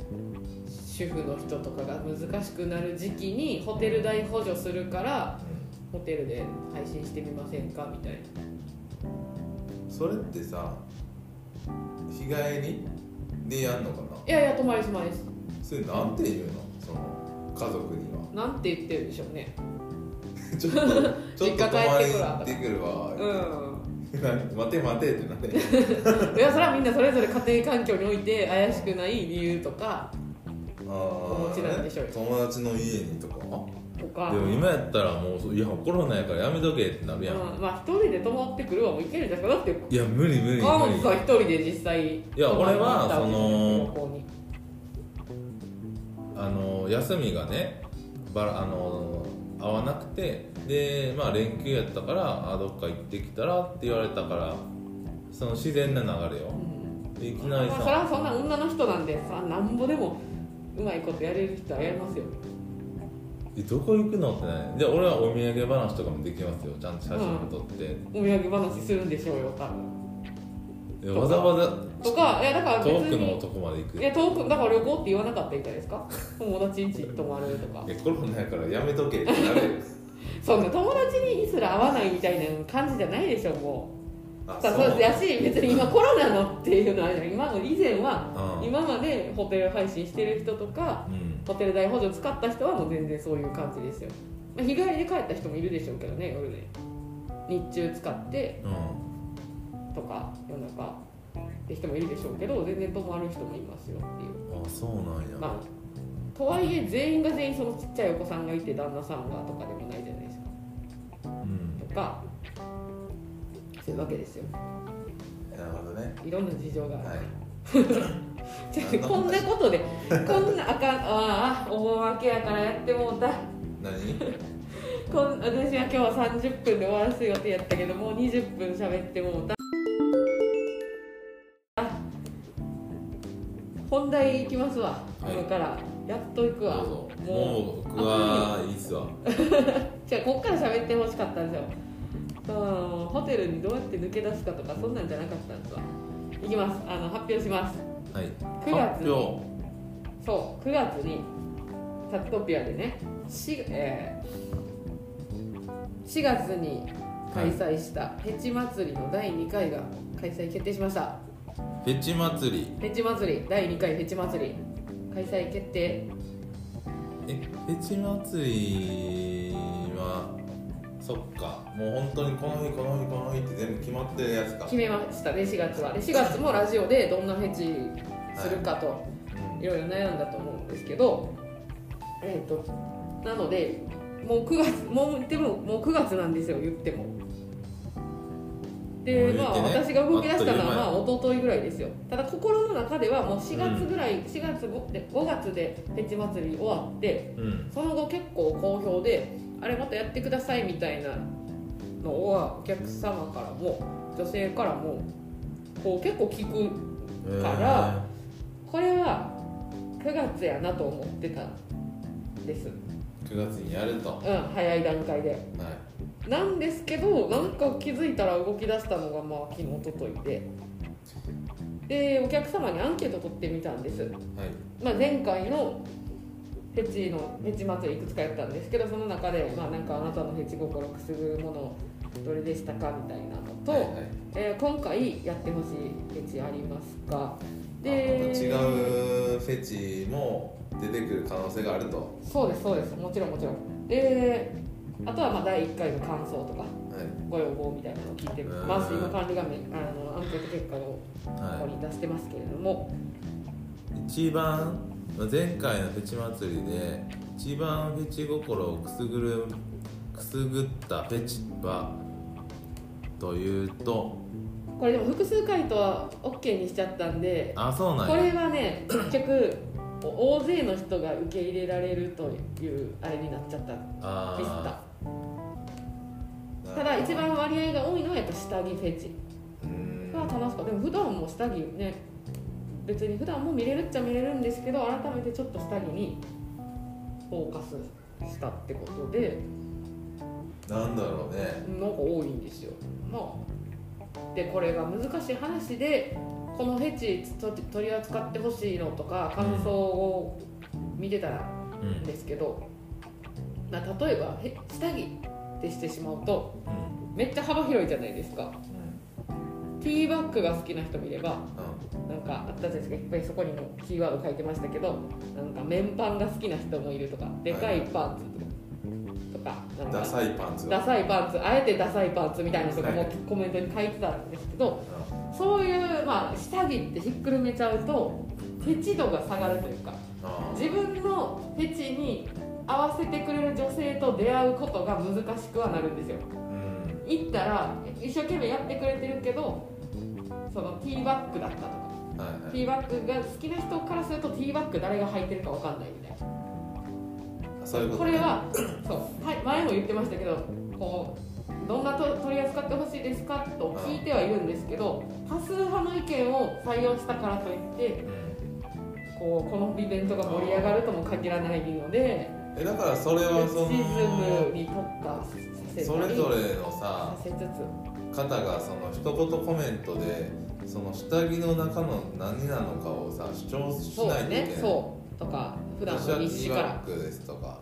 Speaker 1: 主婦の人とかが難しくなる時期にホテル代補助するからホテルで配信してみませんかみたいな
Speaker 2: それってさ日帰りでやんのか
Speaker 1: いやいや泊まりしまりです
Speaker 2: なそれなんて言うのその家族に
Speaker 1: [laughs]
Speaker 2: は
Speaker 1: なんて言ってるでしょうね
Speaker 2: ちょっとちょっと
Speaker 1: 実家帰
Speaker 2: 泊ま
Speaker 1: っ
Speaker 2: り
Speaker 1: てくるわ
Speaker 2: 行ってくるわ、
Speaker 1: うん
Speaker 2: 待て待てってなって
Speaker 1: いやそれはみんなそれぞれ家庭環境において怪しくない理由とか
Speaker 2: お
Speaker 1: お持ちなんでしょうよ
Speaker 2: 友達の家にとか
Speaker 1: とか
Speaker 2: でも今やったらもういやコロナやからやめとけってなるやん、
Speaker 1: うんまあ一人で泊まってくるはもういけるんじゃないですかだって
Speaker 2: いや無理無理無理
Speaker 1: 河本さん一人で実際い
Speaker 2: や俺はその
Speaker 1: の
Speaker 2: あの休みがねばらあの合わなくてでまあ連休やったからあどっか行ってきたらって言われたからその自然な流れよでいきなり
Speaker 1: まあ、それ
Speaker 2: さ
Speaker 1: はそんな女の人なんでさなんぼでもうまいことやれる人はやりますよ
Speaker 2: えどこ行くのってねで俺はお土産話とかもできますよちゃんと写真も撮って、
Speaker 1: お土産話するんでしょうよ多分
Speaker 2: でわざわざ
Speaker 1: とかいやだから別
Speaker 2: 遠くの
Speaker 1: に
Speaker 2: 男まで行く
Speaker 1: いや遠くだから旅行って言わなかったみたいですか友達ん家泊まるとか
Speaker 2: いやコロナやからやめとけってなるよ
Speaker 1: そんな友達にすら会わないみたいな感じじゃないでしょも
Speaker 2: あ
Speaker 1: うさ [laughs] そうやし別に今コロナのっていうのはあれじゃん今の以前は
Speaker 2: うん
Speaker 1: 今までホテル配信してる人とか
Speaker 2: うん
Speaker 1: ホテル代補助使った人はもう全然そういう感じですよ、まあ、日帰りで帰った人もいるでしょうけどね夜ね日中使って
Speaker 2: うん
Speaker 1: とか夜中って人もいるでしょうけど全然泊まる人もいますよっていう
Speaker 2: あそうなんや、
Speaker 1: まあとはいえ全員が全員そのちっちゃいお子さんがいて旦那さんがとかでもないじゃないですか
Speaker 2: うん
Speaker 1: とかそういうわけですよ
Speaker 2: なるほどね
Speaker 1: いろんな事情がある、
Speaker 2: はい
Speaker 1: ちょっと [laughs] こんなことでこんなあかんああお盆明けやからやってもうた
Speaker 2: 何
Speaker 1: こん私は今日は30分で終わらす予定やったけどもう20分喋ってもうたあ本題いきますわ、
Speaker 2: はい
Speaker 1: 今からやっといくわ
Speaker 2: どうぞもう僕はいいっすわ
Speaker 1: じゃあこっから喋ってほしかったんですよそのホテルにどうやって抜け出すかとかそんなんじゃなかったんですわいきますあの発表します
Speaker 2: はい
Speaker 1: 九月
Speaker 2: 発表
Speaker 1: そう9月にタットピアでね 4,、えー4月に開催したフェチ祭りの第2回が開催決定しました
Speaker 2: フェチ祭り
Speaker 1: フェチ祭り第2回フェチ祭り開催決定
Speaker 2: えフェチ祭りはそっかもう本当にこの日この日この日って全部決まってるやつか
Speaker 1: 決めましたね4月はで4月もラジオでどんなフェチするかと
Speaker 2: うん
Speaker 1: いろいろ悩んだと思うんですけどえっ、となのでもう9月もうでももう9月なんですよ言っても
Speaker 2: も
Speaker 1: で
Speaker 2: う言ってね
Speaker 1: まあ私が動き出したのはま
Speaker 2: あ
Speaker 1: あ
Speaker 2: っ
Speaker 1: 一昨日ぐらいですよただ心の中ではもう4月ぐらい、4月ごで5月でフェチ祭り終わって
Speaker 2: うん
Speaker 1: その後結構好評であれまたやってくださいみたいなのはお客様からも女性からもこう結構聞くからこれは9月やなと思ってたんです、う
Speaker 2: えー9月にやるとは
Speaker 1: ん、早い段階で
Speaker 2: い
Speaker 1: なんですけどなんか気づいたら動き出したのがまあ昨日とといてでお客様にアンケート取ってみたんです、
Speaker 2: はい
Speaker 1: まあ、前回のフェチのフェチ祭りいくつかやったんですけどその中で、まあ、なんかあなたのフェチ心くすぐるものどれでしたかみたいなのと、
Speaker 2: はいはい
Speaker 1: えー今回やってほしいフェチありますか
Speaker 2: あま
Speaker 1: で
Speaker 2: た違うフェチも出てくる可能性があると、は
Speaker 1: そうですそうですもちろんもちろんであとはまあ第1回の感想とかご要望みたいなのを聞いてます
Speaker 2: うん
Speaker 1: 今管理画面あのアンケート結果を
Speaker 2: い
Speaker 1: ここに出してますけれども
Speaker 2: 一番まあ前回のフェチ祭りで一番フェチ心をくすぐるくすぐったフェチはというと
Speaker 1: これでも複数回答は OK にしちゃったんで
Speaker 2: あそうなん
Speaker 1: こ
Speaker 2: や
Speaker 1: れはね結局お大勢の人が受け入れられるというあれになっちゃったでし
Speaker 2: あ
Speaker 1: た
Speaker 2: ー
Speaker 1: ただ一番割合が多いのはやっぱ下着フェチ
Speaker 2: うーん
Speaker 1: が楽しかったでも普段も下着ね別に普段も見れるっちゃ見れるんですけど改めてちょっと下着にフォーカスしたってことで
Speaker 2: なんだろうね
Speaker 1: なんか多いんですよまあでこれが難しい話でこのフェチと取り扱ってほしいのとか感想を見てたら
Speaker 2: うん
Speaker 1: んですけど、まあ、例えばへ下着ってしてしまうと
Speaker 2: うん
Speaker 1: めっちゃ幅広いじゃないですかティーバッグが好きな人もいればなんかあったじゃないですかいっぱいそこにもキーワード書いてましたけどなんか綿パンが好きな人もいるとかでかいパンツとかとか
Speaker 2: う
Speaker 1: なんん
Speaker 2: ダ
Speaker 1: か
Speaker 2: サいパンツが
Speaker 1: ダサいパンツあえてダサいパンツみたいな人がもう
Speaker 2: はい
Speaker 1: コメントに書いてたんですけどそういう、まあ、下着ってひっくるめちゃうとフェチ度が下がるというか
Speaker 2: うんあー
Speaker 1: 自分のフェチに合わせてくれる女性と出会うことが難しくはなるんですよ
Speaker 2: うん
Speaker 1: 行ったら一生懸命やってくれてるけどそのティーバッグだったとか
Speaker 2: はいは
Speaker 1: テ
Speaker 2: い
Speaker 1: ィーバッグが好きな人からするとティーバッグ誰が履いてるかわかんないみたいな
Speaker 2: あそういうこと
Speaker 1: こ
Speaker 2: ね
Speaker 1: れはそうはい前も言ってましたけどこうどんなと取り扱ってほしいですかと聞いてはいるんですけど多数派の意見を採用したからといって
Speaker 2: うん
Speaker 1: こうこのイベントが盛り上がるとも限らないので
Speaker 2: えだからそれ
Speaker 1: フ
Speaker 2: は
Speaker 1: ェ
Speaker 2: そ
Speaker 1: チズム
Speaker 2: の
Speaker 1: に特化させ
Speaker 2: そ
Speaker 1: た
Speaker 2: れ
Speaker 1: り
Speaker 2: ぞれのさ
Speaker 1: させつつ
Speaker 2: 方がその一言コメントでその下着の中の何なのかをさ主張し
Speaker 1: そう
Speaker 2: な
Speaker 1: で
Speaker 2: い
Speaker 1: す
Speaker 2: といけな
Speaker 1: ね
Speaker 2: い
Speaker 1: そうとか普段
Speaker 2: 私は
Speaker 1: の
Speaker 2: ティ
Speaker 1: 日誌
Speaker 2: ー
Speaker 1: か
Speaker 2: バ
Speaker 1: ら
Speaker 2: ッグですとか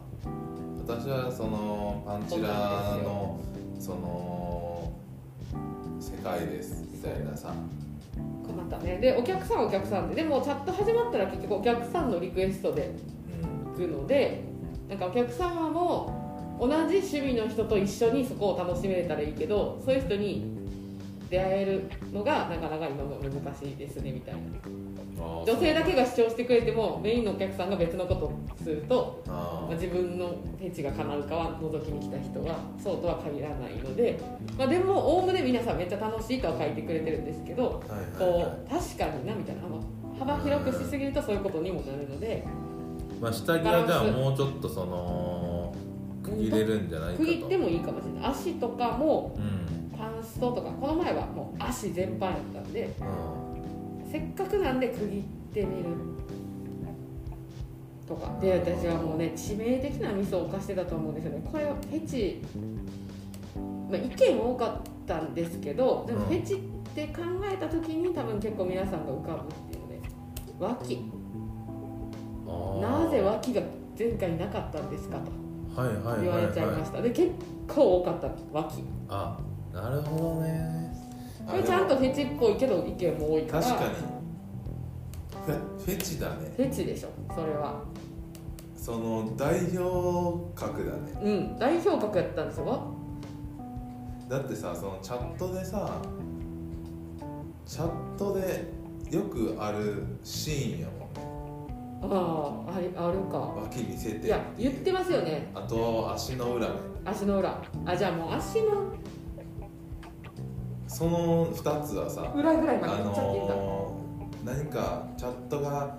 Speaker 2: 私はそのパンチラのその世界ですみたいなさ
Speaker 1: またねでお客さんはお客さんででもチャット始まったら結局お客さんのリクエストで
Speaker 2: うん
Speaker 1: くのでなんかお客様も同じ趣味の人と一緒にそこを楽しめれたらいいけどそういう人に出会えるのがなかなか今も難しいですねみたいな女性だけが主張してくれてもメインのお客さんが別のことをすると、
Speaker 2: あ
Speaker 1: まあ
Speaker 2: ー
Speaker 1: 自分のフェチが叶うかは覗きに来た人はそうとは限らないので、まあ、でもおおむね皆さんめっちゃ楽しいとは書いてくれてるんですけど
Speaker 2: はいはい
Speaker 1: こ
Speaker 2: は
Speaker 1: う確かになみたいなあの幅広くしすぎるとそういうことにもなるので
Speaker 2: いまあ下着はじゃあもうちょっとその区切れるんじゃないか
Speaker 1: 区
Speaker 2: と
Speaker 1: 切ってもいいかもしれない足とかも
Speaker 2: うん
Speaker 1: パンストとかこの前はもう足全般やったんで
Speaker 2: うん
Speaker 1: せっかくなんで区切ってみるとかで私はもうね致命的なミスを犯してたと思うんですよねこれはフェチ、まあ、意見多かったんですけどでも
Speaker 2: うん
Speaker 1: フェチって考えた時に多分結構皆さんが浮かぶっていうので脇
Speaker 2: あー
Speaker 1: なぜ脇が前回なかったんですかと
Speaker 2: はいはいはい
Speaker 1: 言われちゃいま
Speaker 2: はい
Speaker 1: したで結構多かった脇
Speaker 2: あなるほどね
Speaker 1: これちゃんとフェチっぽいけど意見も多いから
Speaker 2: 確かにフェフェチだね
Speaker 1: フェチでしょそれは
Speaker 2: その代表格だね
Speaker 1: うん代表格やったんですよ
Speaker 2: だってさそのチャットでさチャットでよくあるシーンやもん
Speaker 1: あ
Speaker 2: ね
Speaker 1: あありあるか
Speaker 2: 脇見せて
Speaker 1: いや言ってますよね
Speaker 2: あと足の裏ね
Speaker 1: 足の裏あじゃあもう足の
Speaker 2: その2つはさ
Speaker 1: 裏ぐらい
Speaker 2: あ
Speaker 1: まで言っちゃっていいか、
Speaker 2: のー何かチャットが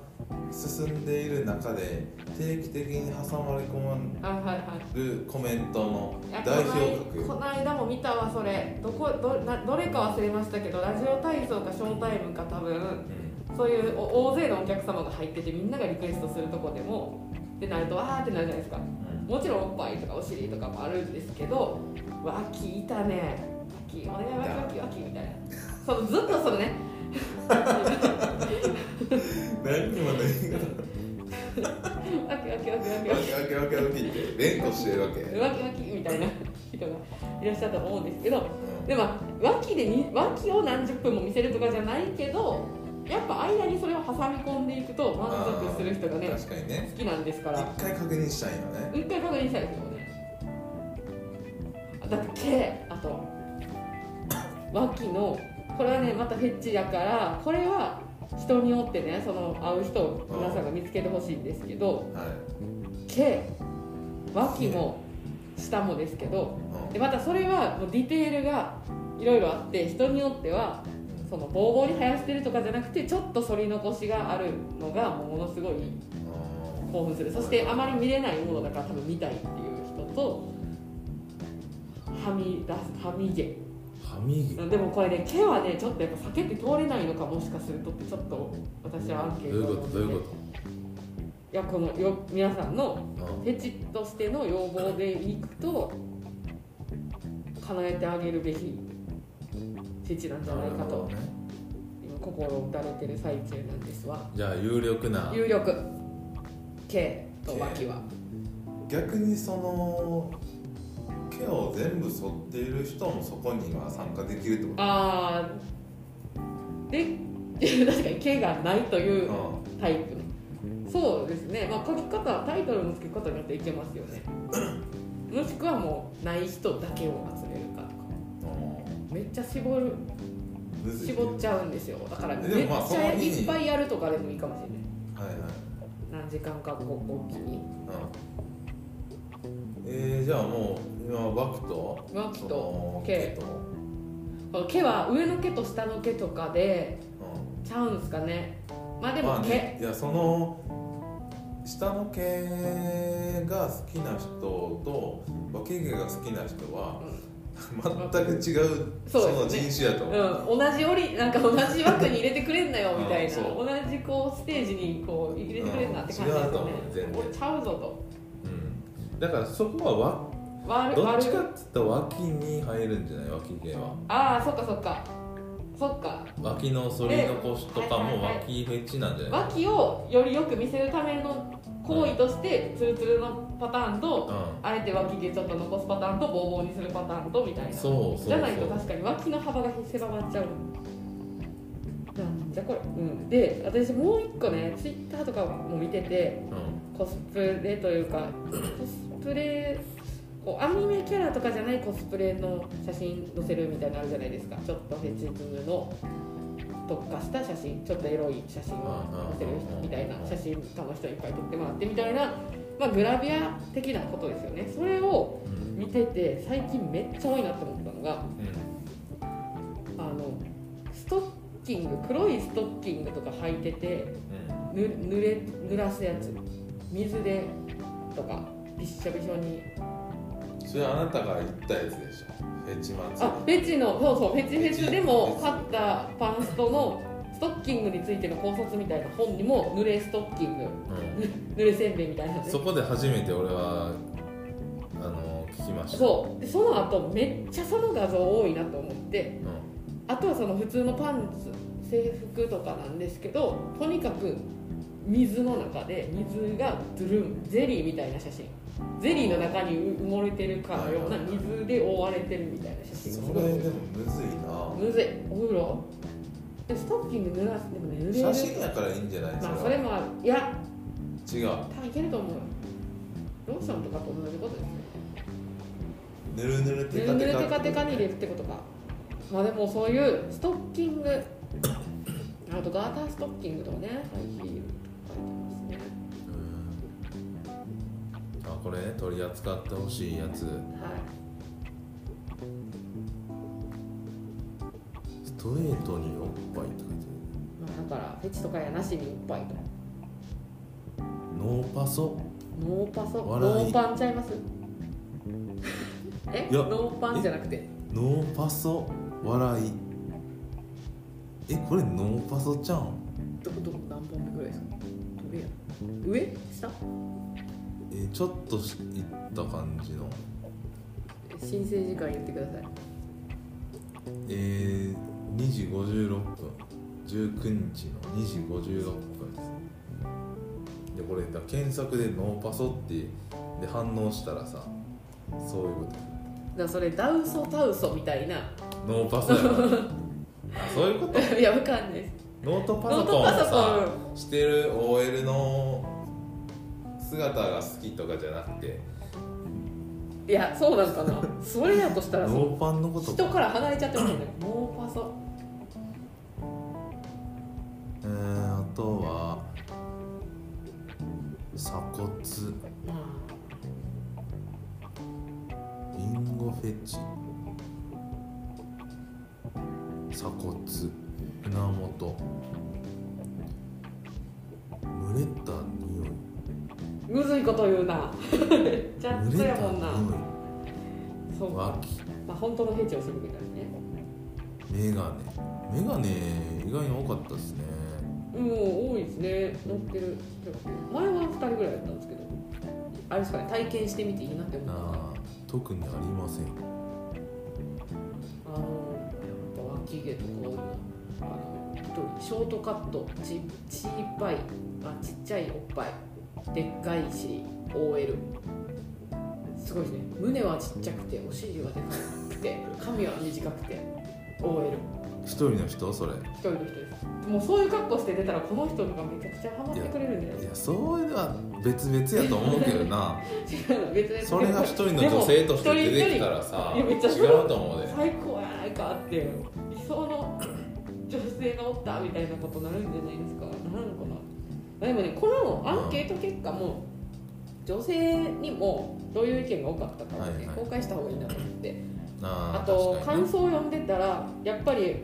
Speaker 2: 進んでいる中で定期的に挟まり込ま
Speaker 1: はいはいはい
Speaker 2: れるコメントの
Speaker 1: いや
Speaker 2: 代表
Speaker 1: この
Speaker 2: 格
Speaker 1: 間この間も見たわそれどこどなどれか忘れましたけどラジオ体操かショータイムか多分
Speaker 2: うん
Speaker 1: そういうお大勢のお客様が入っててみんながリクエストするとこでもってなるとわーってなるじゃないですか
Speaker 2: うん
Speaker 1: もちろんおっぱいとかお尻とかもあるんですけど脇いたね脇お願い脇脇脇みたいなそのずっとそのね
Speaker 2: 何にもないけど
Speaker 1: 脇脇脇脇
Speaker 2: わ
Speaker 1: 脇
Speaker 2: けわけわけわけって連呼してるわけうん
Speaker 1: 脇脇みたいな [laughs] 人がいらっしゃったと思うんですけどでも脇でに脇を何十分も見せるとかじゃないけどやっぱ間にそれを挟み込んでいくと満足する人がね
Speaker 2: 確かにね
Speaker 1: 好きなんですから
Speaker 2: 一回確認したいよね
Speaker 1: 一回確認したいですよねだって K あと脇のこれはねまたフェッチやからこれは人によってねその会う人を皆さんが見つけてほしいんですけど
Speaker 2: はい
Speaker 1: K 脇も下もですけどでまたそれはもうディテールがいろいろあって人によってはそのボーボーに生やしてるとかじゃなくてちょっと反り残しがあるのがもうものすごい
Speaker 2: うん
Speaker 1: 興奮するそしてあまり見れないものだから多分見たいっていう人とはみ出すはみ毛
Speaker 2: 歯磨
Speaker 1: でもこれね毛はねちょっとやっぱ避けて通れないのかもしかするとってちょっと私はアンケ
Speaker 2: き
Speaker 1: ー
Speaker 2: どう
Speaker 1: トを
Speaker 2: いうこと
Speaker 1: 取
Speaker 2: どう
Speaker 1: って
Speaker 2: いうこ
Speaker 1: いやこのよ皆さんの
Speaker 2: とうん
Speaker 1: フェチとしての要望でいくと叶えてあげるべきフェチなんじゃないかと
Speaker 2: なるほどね
Speaker 1: 今心を打たれてる最中なんですわ
Speaker 2: じゃあ有力な
Speaker 1: 有力 K と脇は
Speaker 2: 逆にその毛を全部剃っている人もそこには参加できるってこ
Speaker 1: あーで [laughs] 確かに毛がないとい
Speaker 2: と
Speaker 1: うタイプのそうですねまあ書き方タイトルの付け方によっていけます
Speaker 2: [clears throat]
Speaker 1: よねもしくはもうない人だけを集めるかとか
Speaker 2: うん
Speaker 1: めっちゃ絞る
Speaker 2: むずい
Speaker 1: 絞っちゃうんですよだから
Speaker 2: で
Speaker 1: め
Speaker 2: も
Speaker 1: っち
Speaker 2: まあ
Speaker 1: ゃ
Speaker 2: その
Speaker 1: いっぱいやるとかでもいいかもしれない
Speaker 2: はいはい
Speaker 1: 何時間かこうおきに
Speaker 2: うんえー、じゃあもう今枠と
Speaker 1: 脇と
Speaker 2: その
Speaker 1: 毛
Speaker 2: 毛と
Speaker 1: この毛は上の毛と下の毛とかで
Speaker 2: うん
Speaker 1: ちゃうんですかねまあでも
Speaker 2: まあ
Speaker 1: 毛、
Speaker 2: ね、いやその下の毛が好きな人と脇毛が好きな人は全く違う
Speaker 1: そう
Speaker 2: の
Speaker 1: ですね
Speaker 2: 人種やと思
Speaker 1: う
Speaker 2: う
Speaker 1: ん、同じ折なんか同じ枠に入れてくれんなよみたい
Speaker 2: あ
Speaker 1: な
Speaker 2: そう
Speaker 1: 同じこうステージにこう入れてくれんなって感じ
Speaker 2: う
Speaker 1: で
Speaker 2: ん違
Speaker 1: す
Speaker 2: う
Speaker 1: よ
Speaker 2: と思
Speaker 1: ね
Speaker 2: う全然
Speaker 1: 俺ちゃうぞと
Speaker 2: うんだからそこはわ
Speaker 1: 悪
Speaker 2: どっち
Speaker 1: 悪
Speaker 2: かっつったら脇に入るんじゃない脇毛は
Speaker 1: ああそっかそっかそっか
Speaker 2: 脇の反り残しとか
Speaker 1: はい
Speaker 2: も
Speaker 1: はいはい
Speaker 2: 脇フェチなんじゃない
Speaker 1: 脇をよりよく見せるための行為としてツルツルのパターンとあえて脇毛ちょっと残すパターンとボーボーにするパターンとみたい
Speaker 2: うん
Speaker 1: な
Speaker 2: そうそうそう
Speaker 1: じゃないと確かに脇の幅が狭まっちゃうなんじゃあこれ、うん、で私もう一個ねツイッターとかも見てて
Speaker 2: うん
Speaker 1: コスプレというかコスプレこうアニメキャラとかじゃないコスプレの写真載せるみたいなのあるじゃないですかちょっとフェチズムの特化した写真ちょっとエロい写真を載せる人みたいな写真他の人にいっぱい撮ってもらってみたいな、まあ、グラビア的なことですよねそれを
Speaker 2: うん
Speaker 1: 見てて最近めっちゃ多いなと思ったのがあのストッキング黒いストッキングとか履いてて
Speaker 2: うん
Speaker 1: ぬ濡れ濡らすやつ水でとかびっしょびしょに
Speaker 2: うんそれあなたが言ったやつでしょフェチ祭
Speaker 1: あフェチのそうそうフェチフェスでも買ったパンストのストッキングについての考察みたいな本にも濡れストッキング
Speaker 2: り、
Speaker 1: 濡れせんべいみたいなや
Speaker 2: うん、
Speaker 1: つ
Speaker 2: そこで初めて俺はあの聞きました
Speaker 1: そうでその後めっちゃその画像多いなと思って
Speaker 2: うん、
Speaker 1: あとはその普通のパンツ制服とかなんですけどとにかく水の中で水がドゥルンゼリーみたいな写真ゼリーの中に埋もれてるかのような水で覆われてるみたいな写真
Speaker 2: そ
Speaker 1: すご
Speaker 2: れ
Speaker 1: い
Speaker 2: でもむずいな
Speaker 1: むずいお風呂でストッキング濡らすでもね濡れる
Speaker 2: 写真やからいいんじゃない
Speaker 1: まあそれもあるいや
Speaker 2: それは違う
Speaker 1: 多分いけると思うよローションとかと同じことですね
Speaker 2: ぬるぬる
Speaker 1: ぬ
Speaker 2: テ
Speaker 1: る
Speaker 2: カ
Speaker 1: ぬ
Speaker 2: テ
Speaker 1: る
Speaker 2: カ
Speaker 1: テカテカに入れるってことかまあでもそういうストッキングあとガーターストッキングとかねハイヒールとか書いてま
Speaker 2: うんあこれね取り扱ってほしいやつ
Speaker 1: すねはい
Speaker 2: ストレートにおっぱいって書いて
Speaker 1: まあ、だからフェチとかやなしにいっぱいと
Speaker 2: あるノーパソ
Speaker 1: ノーパソ
Speaker 2: 笑い
Speaker 1: ノーパンちゃいますえ
Speaker 2: いや
Speaker 1: ノーパンじゃなくて
Speaker 2: ノーパソ笑いえこれノーパソちゃうん
Speaker 1: どこどこ何本目ぐらいですかどれや上下
Speaker 2: えちょっとしいった感じの
Speaker 1: 申請時間言ってください
Speaker 2: えー、2時56分19日の2時56分ですでこれだ検索で「ノーパソ」ってで反応したらさそういうこと
Speaker 1: だからそれダウソタウソみたいな [laughs]
Speaker 2: ノーパソやなあそういうこと
Speaker 1: いやわかんないです
Speaker 2: ノートパ
Speaker 1: ノ
Speaker 2: ソ
Speaker 1: ー
Speaker 2: コン
Speaker 1: ト
Speaker 2: を
Speaker 1: パソ
Speaker 2: さ
Speaker 1: コン
Speaker 2: してる OL の姿が好きとかじゃなくて
Speaker 1: いやそうなのかなそれだとしたらそう
Speaker 2: ノーパンのこと
Speaker 1: 人から離れちゃってるもんねノーパソ
Speaker 2: えー、あとは鎖骨
Speaker 1: ま
Speaker 2: リンゴフェチ鎖骨胸元蒸れた匂い
Speaker 1: あむずいこと言うな [laughs] めっちゃ
Speaker 2: 蒸
Speaker 1: 熱
Speaker 2: れ
Speaker 1: や
Speaker 2: た
Speaker 1: もんな
Speaker 2: 匂
Speaker 1: そ
Speaker 2: いう
Speaker 1: か、
Speaker 2: 脇
Speaker 1: まあ、本当のヘチをするみたいな
Speaker 2: メガネメガネ意外に多かったですね
Speaker 1: ねもう多いですね乗ってる前は2人ぐらいやったんですけどあれですかね体験してみていいなって思
Speaker 2: な
Speaker 1: った
Speaker 2: あ特にありません
Speaker 1: あのやっぱ脇毛とか多いなあの一人ショートカットちちいっぱいあちっちゃいおっぱいでっかいし OL すごいですね胸はちっちゃくてお尻はでかくて髪は短くて OL
Speaker 2: 一人の人それ
Speaker 1: 一人の人ですもうそういう格好して出たらこの人のがめちゃくちゃハマってくれるんじゃない
Speaker 2: い
Speaker 1: で
Speaker 2: やそういうのは別々やと思うけ
Speaker 1: [laughs]
Speaker 2: どな
Speaker 1: すか違うの別に
Speaker 2: それが一人の女性として出てきたらさ
Speaker 1: い
Speaker 2: 違
Speaker 1: やめっちゃ
Speaker 2: うと思うで
Speaker 1: 最高やないかっていう理想の女性がおったみたいなことになるんじゃないですかなるのかなでもねこのアンケート結果も女性にもどういう意見が多かったかをね、
Speaker 2: はいはい
Speaker 1: 公開した方がいいなと思って
Speaker 2: あ
Speaker 1: あと
Speaker 2: 確かに
Speaker 1: 感
Speaker 2: ね
Speaker 1: 想を読んでたらやっぱり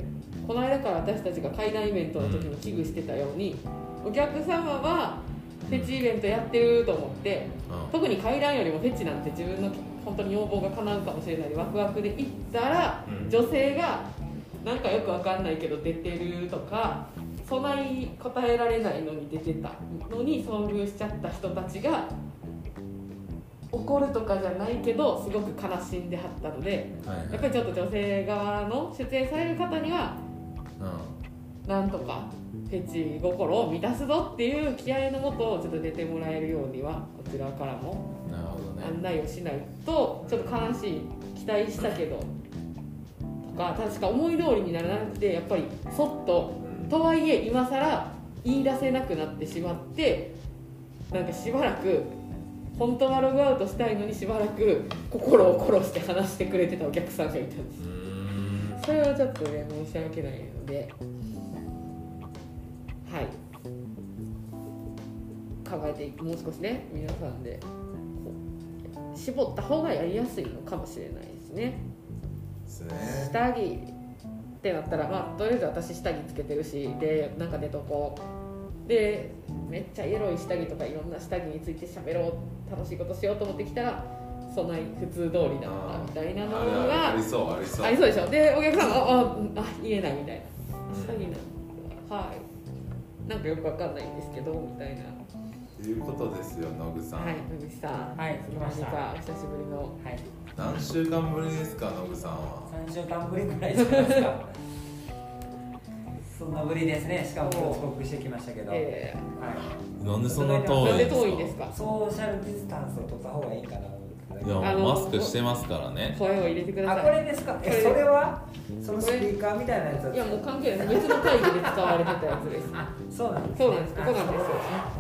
Speaker 1: この間から私たちが会談イベントの時に危惧してたように、お客様はフェチイベントやってると思って特に階段よりもフェチなんて自分の本当に要望が叶うかもしれないでワクワクで行ったら、
Speaker 2: うん
Speaker 1: 女性がなんかよくわかんないけど出てるとかそない答えられないのに出てたのに遭遇しちゃった人たちが怒るとかじゃないけどすごく悲しんではったので
Speaker 2: うん、はいはい
Speaker 1: やっぱりちょっと女性側の出演される方には
Speaker 2: う
Speaker 1: なんとかフェチ心を満たすぞっていう気合いのもとちょっと出てもらえるようにはこちらからも
Speaker 2: んなるほどね
Speaker 1: 案内をしないとちょっと悲しい期待したけどとか確か思い通りにならなくてやっぱりそっと
Speaker 2: うん
Speaker 1: とはいえ今更言い出せなくなってしまってなんかしばらく本当はログアウトしたいのにしばらく心を殺して話してくれてたお客さんがいたんです
Speaker 2: うーん
Speaker 1: それはちょっとね申し訳ないのではい考えていくもう少しね皆さんでこう絞った方がやりやすいのかもしれないですね
Speaker 2: ですね
Speaker 1: 下着ってなったらまあとりあえず私下着つけてるしでなんか出とこうでめっちゃエロい下着とかいろんな下着について喋ろう楽しいことしようと思ってきたらそんなに普通通りだったみたいなの
Speaker 2: あるあるあ
Speaker 1: が
Speaker 2: りそうありそう
Speaker 1: ありそうでしょでお客さんが「ああ言えない」みたいな「下着なんだはい」なんかよくわかんないんですけどみたいな
Speaker 2: ということですよ野口さん、
Speaker 1: はい野口さん
Speaker 3: はい着きました
Speaker 1: 野口さんお久しぶりの
Speaker 3: はい
Speaker 2: 何週間ぶりですか野口さんは
Speaker 3: 3週間ぶりくらいじゃないで
Speaker 1: [laughs]
Speaker 3: すかそんなぶりですねしかも今日遅刻してきましたけど、
Speaker 1: え
Speaker 3: はい、
Speaker 2: なんでそんな
Speaker 1: ー、
Speaker 2: 遠
Speaker 1: ないん
Speaker 2: ん
Speaker 1: で
Speaker 2: ですか
Speaker 1: 遠いんですか
Speaker 3: ソーシャルディスタンスを取った方がいいかなと思って
Speaker 2: いや
Speaker 1: あの
Speaker 2: マスクしてますからね
Speaker 1: 声を入れてくだ
Speaker 3: あ
Speaker 1: さい
Speaker 3: これですかえ
Speaker 1: これ
Speaker 3: それはそのスピーカーみたいなやつ
Speaker 1: いやもう関係ないです別の会議で使われてたやつです
Speaker 3: そうなんです、
Speaker 1: そうなんですここなんです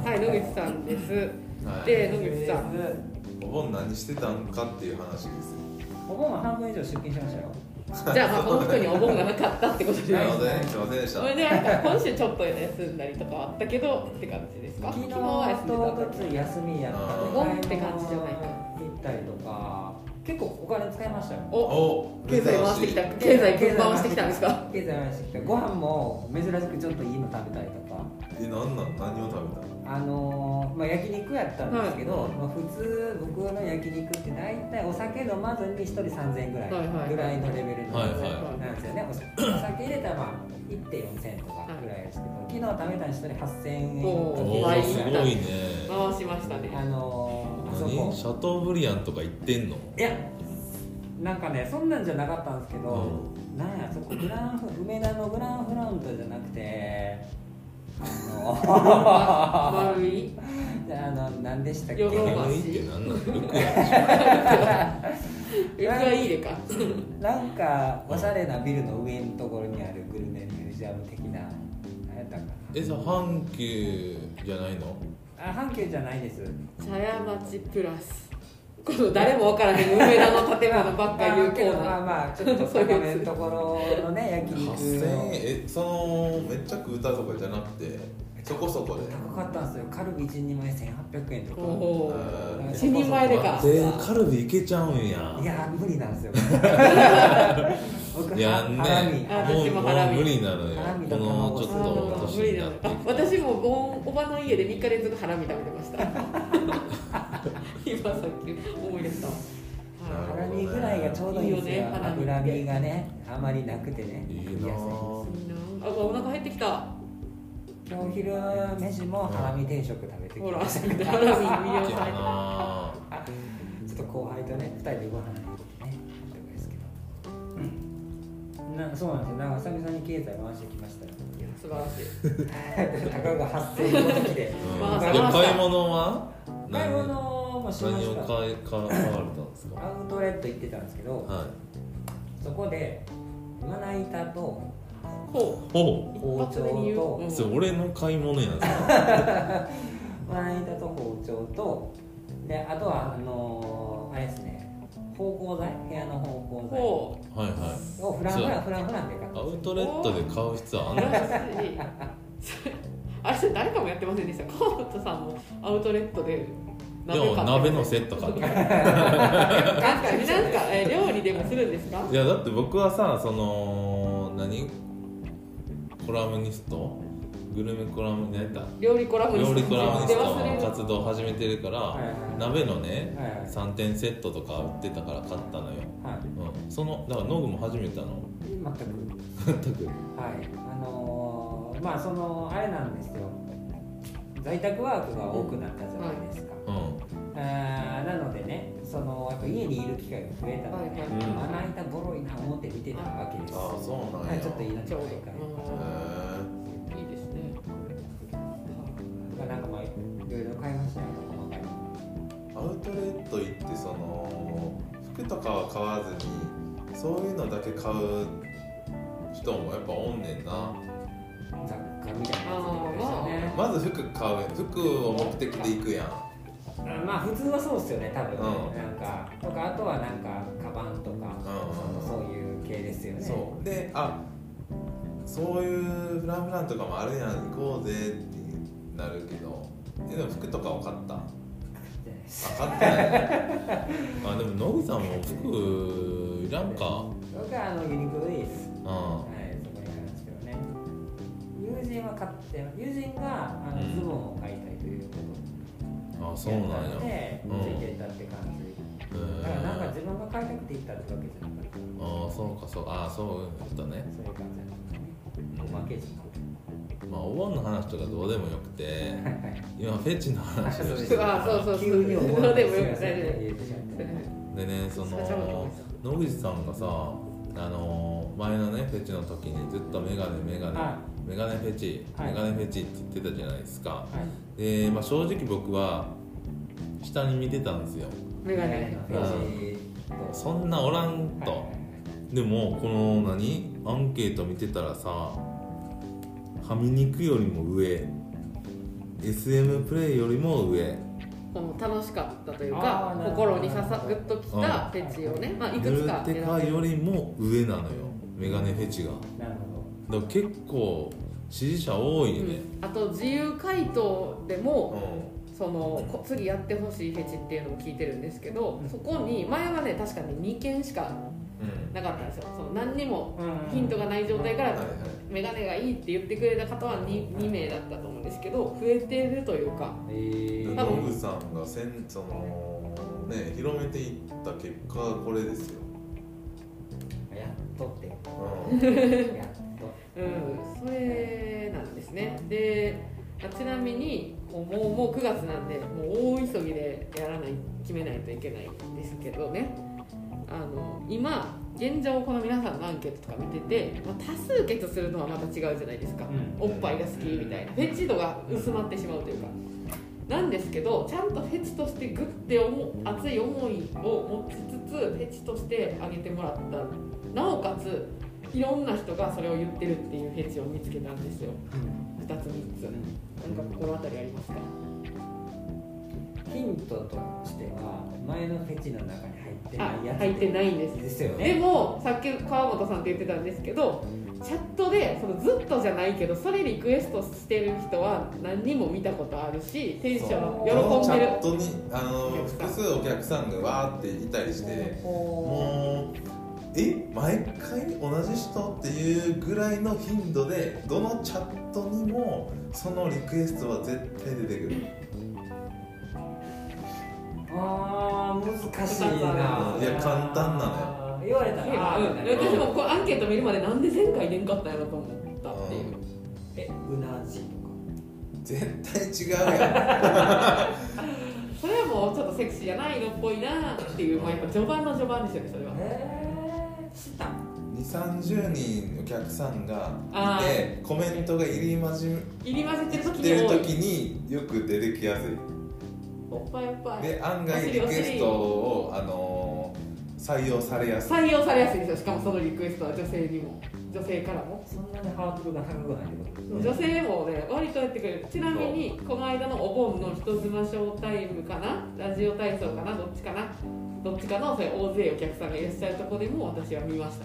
Speaker 1: はい野口さん
Speaker 2: [laughs]
Speaker 1: ですで
Speaker 3: そう
Speaker 1: 野口さん
Speaker 3: です
Speaker 2: お盆何してたんかっていう話です
Speaker 3: お盆は半分以上出勤しましたよ
Speaker 1: じゃあまあこの人にお盆がなかったってことで
Speaker 2: なるほどねすいませんでした
Speaker 1: それでなんか今週ちょっと休んだりとかはあったけどって感じですか
Speaker 3: 昨日
Speaker 1: は
Speaker 3: は
Speaker 1: 休んで
Speaker 3: 一昨日休みやったんで
Speaker 1: お盆って感じじゃないか
Speaker 3: 行ったりとか結構お金使いましたよ
Speaker 1: たお
Speaker 2: お
Speaker 1: 経済回してきた経済分回してきたんですか
Speaker 3: 経済回してきたご飯も珍しくちょっといいの食べたりとか
Speaker 2: えなんなん何を食べたの
Speaker 3: あのーまあ、焼肉やったんですけど、
Speaker 2: はい
Speaker 3: まあ、普通僕の焼肉って大体お酒飲まずに1人3000円ぐらい
Speaker 1: はいはい
Speaker 3: ぐらいのレベル
Speaker 2: はい
Speaker 3: の
Speaker 2: は
Speaker 3: なんですよね、お酒入れたらまあ1.4000とかぐらいですけど、昨日食べたに1人8000円
Speaker 1: おー
Speaker 2: お
Speaker 3: の
Speaker 2: ー
Speaker 1: 倍
Speaker 3: 時
Speaker 2: すご
Speaker 3: ぐらい
Speaker 2: いね
Speaker 1: 回しましたね
Speaker 2: [laughs]
Speaker 3: あのーあそ
Speaker 2: 何
Speaker 3: こ
Speaker 2: シャトーブリアンとか行ってんの
Speaker 3: いやなんかねそんなんじゃなかったんですけど、
Speaker 2: う
Speaker 3: なんやそこグランフ梅田のグランフロントじゃなくて
Speaker 1: [laughs]
Speaker 3: あの
Speaker 1: 丸い
Speaker 3: あの何でしたっけ
Speaker 1: ヨドバ
Speaker 2: 何
Speaker 1: シ
Speaker 2: って何なんだルクや
Speaker 1: いくらいいでか
Speaker 3: なんかおしゃれなビルの上のところにあるグルメミュージアム的な何やったか
Speaker 2: えじゃあ阪急じゃないの
Speaker 3: なあ阪急じゃないです
Speaker 1: 茶屋町プラスこの誰もわからへん梅田の建物ばっか言うコー
Speaker 3: まあ
Speaker 1: ナー
Speaker 3: まあちょっ
Speaker 1: [laughs]
Speaker 3: と
Speaker 1: そういう
Speaker 3: 高
Speaker 1: やつ
Speaker 3: めのところのね焼肉
Speaker 2: 8000円
Speaker 3: の
Speaker 2: えそのめっちゃ食うたとかじゃなくてそこそこで
Speaker 3: 高かったんですよカルビ1人前1800円と
Speaker 1: お
Speaker 3: か
Speaker 1: お
Speaker 2: うん
Speaker 1: 一人前でか
Speaker 2: 待ってカルビいけちゃうんや
Speaker 3: いやー無理なん
Speaker 2: [laughs]
Speaker 3: ですよ僕
Speaker 2: いや
Speaker 3: ハラミ
Speaker 2: ね
Speaker 1: あ
Speaker 2: も
Speaker 1: 私
Speaker 2: う
Speaker 1: も
Speaker 2: もう
Speaker 1: ハラミ
Speaker 2: 無理なのよ
Speaker 3: ハラミ
Speaker 2: こ
Speaker 3: だから
Speaker 2: のちょっ
Speaker 1: あー
Speaker 2: と
Speaker 1: 無
Speaker 2: 年
Speaker 1: 理
Speaker 2: に
Speaker 1: な
Speaker 2: なっ
Speaker 1: の
Speaker 2: て
Speaker 1: あ私もボンおばの家で3日連続ハラミ食べてました今さっき思い出した
Speaker 2: なる
Speaker 3: ハ
Speaker 2: ほ
Speaker 1: は
Speaker 2: ど
Speaker 3: ラミぐらいがちょうどいいんです
Speaker 1: いい
Speaker 3: よ
Speaker 1: よねハラミ
Speaker 3: 脂身がねあまりなくてね
Speaker 2: いい
Speaker 3: 食い
Speaker 2: な
Speaker 3: やす
Speaker 1: い
Speaker 2: ぁ
Speaker 1: いいなあお腹減ってきた
Speaker 3: 今日お昼の飯もハラミ定食食べてき
Speaker 1: ほら
Speaker 3: ま
Speaker 1: ハラ
Speaker 3: した
Speaker 1: ミ
Speaker 2: [laughs]
Speaker 1: に魅
Speaker 2: い
Speaker 1: 了
Speaker 2: け
Speaker 1: さ
Speaker 2: や
Speaker 1: れた
Speaker 2: な
Speaker 3: ちょっと後輩とね、二人でご飯行ってね、行ったんですけど。なそうなんですよ、なんか久々に経済回してきま [laughs] したよ。
Speaker 1: いや素晴らしい
Speaker 3: たかが八千円の時で。
Speaker 1: まあ
Speaker 2: ぁ、うん、で買い物は
Speaker 3: 買い
Speaker 2: 何
Speaker 3: 物もしま
Speaker 2: 何
Speaker 3: し
Speaker 2: を
Speaker 3: た。
Speaker 2: 買い買われたんですか
Speaker 3: アウトレット行ってたんですけど、
Speaker 2: は
Speaker 3: そこでまな板と
Speaker 1: ほ
Speaker 2: いおう
Speaker 1: う一発で理由
Speaker 3: 包丁
Speaker 2: それ俺の買い物やんそれ
Speaker 3: まな板と包丁とであとはあのー、あれですね、芳香剤部屋の芳香剤を
Speaker 1: ほ
Speaker 2: はいは
Speaker 3: フランフランフランフランで買っ
Speaker 2: いア
Speaker 3: た。
Speaker 2: ウトレットで買う必要
Speaker 1: う
Speaker 2: あん
Speaker 1: 素
Speaker 2: の
Speaker 1: 晴らしいそれあれそれ誰かもやってませんでした河本さんもアウトレットで
Speaker 2: でも鍋のセ
Speaker 1: ッ
Speaker 2: ット買って
Speaker 1: トなんかなんかえ料理でもするんですか
Speaker 2: いやだって僕はさその何コラムニストグルメコラムニスト
Speaker 1: 料理コラムに
Speaker 2: 料理コラムニ
Speaker 1: で
Speaker 2: スト
Speaker 1: 忘れ
Speaker 2: の
Speaker 1: る
Speaker 2: 活動を始めてるから、
Speaker 3: はいはいはい
Speaker 2: 鍋のね
Speaker 3: はいはい
Speaker 2: 3点セットとか売ってたから買ったのよ、
Speaker 3: はい。
Speaker 2: うん、そのだから農具も始めたの
Speaker 3: 全く。
Speaker 2: 全く
Speaker 3: はい、あのーまあそのあれなんですよ在宅ワークが多くなったじゃないですか、
Speaker 2: う
Speaker 3: あーなのでねそのやっぱ家にいる機会が増えたので、ね
Speaker 1: はい
Speaker 2: はい
Speaker 3: まな板ボロいな思って見てたわけです、
Speaker 2: あそうなんや
Speaker 3: はい、ちょっと命が
Speaker 1: ちょうど
Speaker 3: いいから
Speaker 1: うんいいですね
Speaker 3: まあなんかまあいろいろ買いましたよ細かい
Speaker 2: んアウトレット行ってその服とかは買わずにそういうのだけ買う人もやっぱおんねんな
Speaker 3: 雑貨みたいなやつでした
Speaker 1: あー
Speaker 3: ね
Speaker 2: まず服買うやん服を目的で行くやん
Speaker 3: まあ普通はそうっすよね多分、
Speaker 2: うん
Speaker 3: なんかとかあとはなんかカバンとか、
Speaker 2: うん
Speaker 3: そういう系ですよね
Speaker 2: そうであそういうフランフランとかもあるやん行こうぜってなるけどえでも服とかを買ったあ買ってないあでも野口さんも服いらんか
Speaker 3: 僕はあのユニクロです、
Speaker 2: うん
Speaker 3: は、
Speaker 2: はい
Speaker 3: そこにあるんですけどね友人は買って友人があの
Speaker 2: うん
Speaker 3: ズボンを買いたいということ
Speaker 2: あそうなんや
Speaker 3: で
Speaker 2: へうん
Speaker 3: ついていたって感じだからなんか
Speaker 2: え
Speaker 3: 自分が買いたくて行ったってわけじゃなかった
Speaker 2: あーそうかそうあーそうだね
Speaker 3: そういう感じだったね
Speaker 2: うん
Speaker 3: おまけじ
Speaker 2: [laughs]
Speaker 3: ゃん
Speaker 2: まあお盆の話とかどうでもよく
Speaker 3: [laughs]
Speaker 2: て今フェチの話をして
Speaker 1: そうあそうそうそう
Speaker 3: 急に思わ
Speaker 1: ど
Speaker 3: な
Speaker 1: う
Speaker 3: い
Speaker 1: でもよく
Speaker 2: [laughs]
Speaker 3: すいませ
Speaker 1: 大
Speaker 3: ん
Speaker 1: 丈夫
Speaker 3: 言えてしまって
Speaker 2: でねそ
Speaker 1: それちゃうと思
Speaker 2: の
Speaker 1: います
Speaker 2: 野口さんがさあの前のねフェチの時にずっとメガネメガネ、
Speaker 3: は
Speaker 2: メガネフェチ、
Speaker 3: はい
Speaker 2: メガネフェチって言ってたじゃないですか
Speaker 3: はい
Speaker 2: で、まあ、正直僕は下に見てたんですよ
Speaker 1: メガネ
Speaker 3: ページと
Speaker 2: そんなおらんと、でもこの何アンケート見てたらさはみ肉よりも上 SM プレイよりも上
Speaker 1: この楽しかったという
Speaker 3: あ
Speaker 1: か
Speaker 3: ーなるほど
Speaker 1: 心に刺さグッときたフェチをね、まあ、いく
Speaker 2: ヌ
Speaker 1: つ
Speaker 2: ル
Speaker 1: か
Speaker 2: テカよりも上なのよメガネフェチが
Speaker 3: なるほ
Speaker 2: だから結構支持者多いね、
Speaker 1: うんあと自由回答で
Speaker 2: うん
Speaker 1: もそのこ次やってほしいフェチっていうのも聞いてるんですけどそこに前はね確かに2件しか
Speaker 2: うん
Speaker 1: なかったんですよその何にも
Speaker 3: ど、
Speaker 1: ヒントがない状態か
Speaker 2: はい
Speaker 1: ら
Speaker 2: はい
Speaker 1: メガネがいいって言ってくれた方は 2, 2名だったと思うんですけど増えてるというか
Speaker 3: えー
Speaker 1: 多
Speaker 2: ノ
Speaker 1: 分
Speaker 2: ブさんがせんそのね広めていった結果これです
Speaker 1: [laughs]
Speaker 2: よ、
Speaker 3: やっとって
Speaker 2: うん、
Speaker 3: やっと
Speaker 1: うんそれなんですねであちなみにこうもうもう9月なんでもう大急ぎでやらない決めないといけないんですけどねあの今現状この皆さんのアンケートとか見てて、まあ、多数決するのはまた違うじゃないですか、
Speaker 3: うん
Speaker 1: おっぱいが好きみたいなフェチ度が薄まってしまうというかなんですけどちゃんとフェチとしてグッて思う熱い思いを持ちつつフェチとしてあげてもらったなおかついろんな人がそれを言ってるっていうフェチを見つけたんですよ2つ3つなんか心当たりありますか
Speaker 3: ヒントとしては前のフェチの中に入って
Speaker 1: あ
Speaker 3: ないやつ
Speaker 1: 入ってないんです
Speaker 3: ですよ
Speaker 1: で
Speaker 3: ね
Speaker 1: もさっき川本さんって言ってたんですけどチャットでそのずっとじゃないけどそれリクエストしてる人は何人も見たことあるしテンション喜んでる
Speaker 2: チャットにあの複数お客さんがわーっていたりしてもうえ毎回同じ人っていうぐらいの頻度でどのチャットにもそのリクエストは絶対出てくる
Speaker 3: あー難しいない
Speaker 2: いや簡単なの
Speaker 3: のよ言われたらあ
Speaker 1: う
Speaker 3: ー
Speaker 1: ん
Speaker 3: みたいな
Speaker 1: 私もこうアンケート見るまでなんで前回出んかったんやろと思ったっていう
Speaker 3: えうなじと
Speaker 2: 絶対違うや
Speaker 1: それはもうちょっとセクシーじゃないのっぽいなっていう、まあ、やっぱ序盤の序盤ですよねそれは
Speaker 3: かえーした
Speaker 2: ん2 3 0人お客さんが
Speaker 1: あ
Speaker 2: いてコメントが入り混じ
Speaker 1: 入り混じってる時
Speaker 2: っ
Speaker 1: に
Speaker 2: てる
Speaker 1: 多い
Speaker 2: 時によく出てきやすい
Speaker 1: おっぱいおっぱい
Speaker 2: で案外リクエストを、あのー採用されやすい
Speaker 1: 採用されやすいんですよしかもそのリクエストは女性にも女性からも
Speaker 3: そんなにハードルが高くないってことですね
Speaker 1: 女性もね割とやってくれるちなみにこの間のお盆の人妻ショータイムかなラジオ体操かなどっちかなどっちかのそれ大勢お客さんがいらっしゃるとこでも私は見ました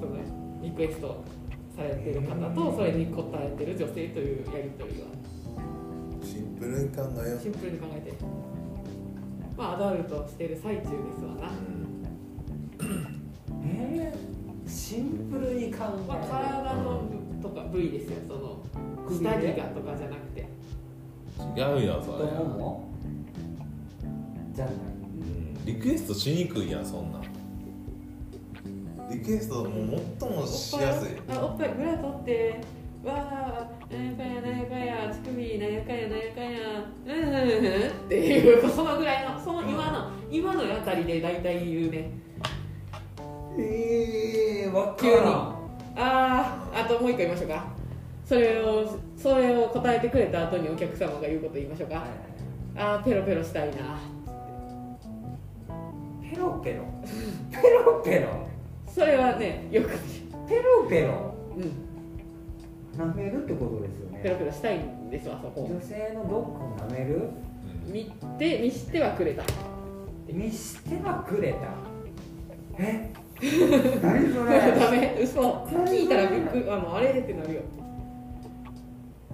Speaker 1: そのリクエストされてる方とそれに応えてる女性というやり取りは
Speaker 2: シンプルに考えよ
Speaker 1: シンプルに考えてまあアダルトしてる最中ですわな
Speaker 2: う、うん
Speaker 3: えーシンプルに考
Speaker 1: まあ、
Speaker 3: え
Speaker 1: 体の部とか部位ですよその
Speaker 3: 首
Speaker 1: 下
Speaker 3: ね
Speaker 1: 着がとかじゃなくて
Speaker 2: 違うよ
Speaker 3: る
Speaker 2: そ
Speaker 3: と
Speaker 2: れ、
Speaker 3: 思うもじゃない
Speaker 2: うん、リクエストしにくいやんそんなんリクエストもう最もしやすい
Speaker 1: あおっぱい裏取ってわあなんやかんやなんやかんや乳首なんやかんやなんやかんやうんうんうんっていうそのぐらいのその今の今のあたりで大体言うね
Speaker 3: ええー、わ
Speaker 1: からんあああともう一個言いましょうかそれをそれを答えてくれた後にお客様が言うこと言いましょうかああペロペロしたいな
Speaker 3: ペロペロペロペロ
Speaker 1: それはねよく
Speaker 3: ペロペロ
Speaker 1: うん
Speaker 3: 舐めるってことですよ
Speaker 1: ペロ
Speaker 3: ね
Speaker 1: ペロしたいんですわそこ
Speaker 3: 女性のどっかを舐める
Speaker 1: 見て見してはくれた
Speaker 3: 見してはくれたえ何それ
Speaker 1: [laughs] ダメ嘘聞いたらびっくりあもうあれってなるよ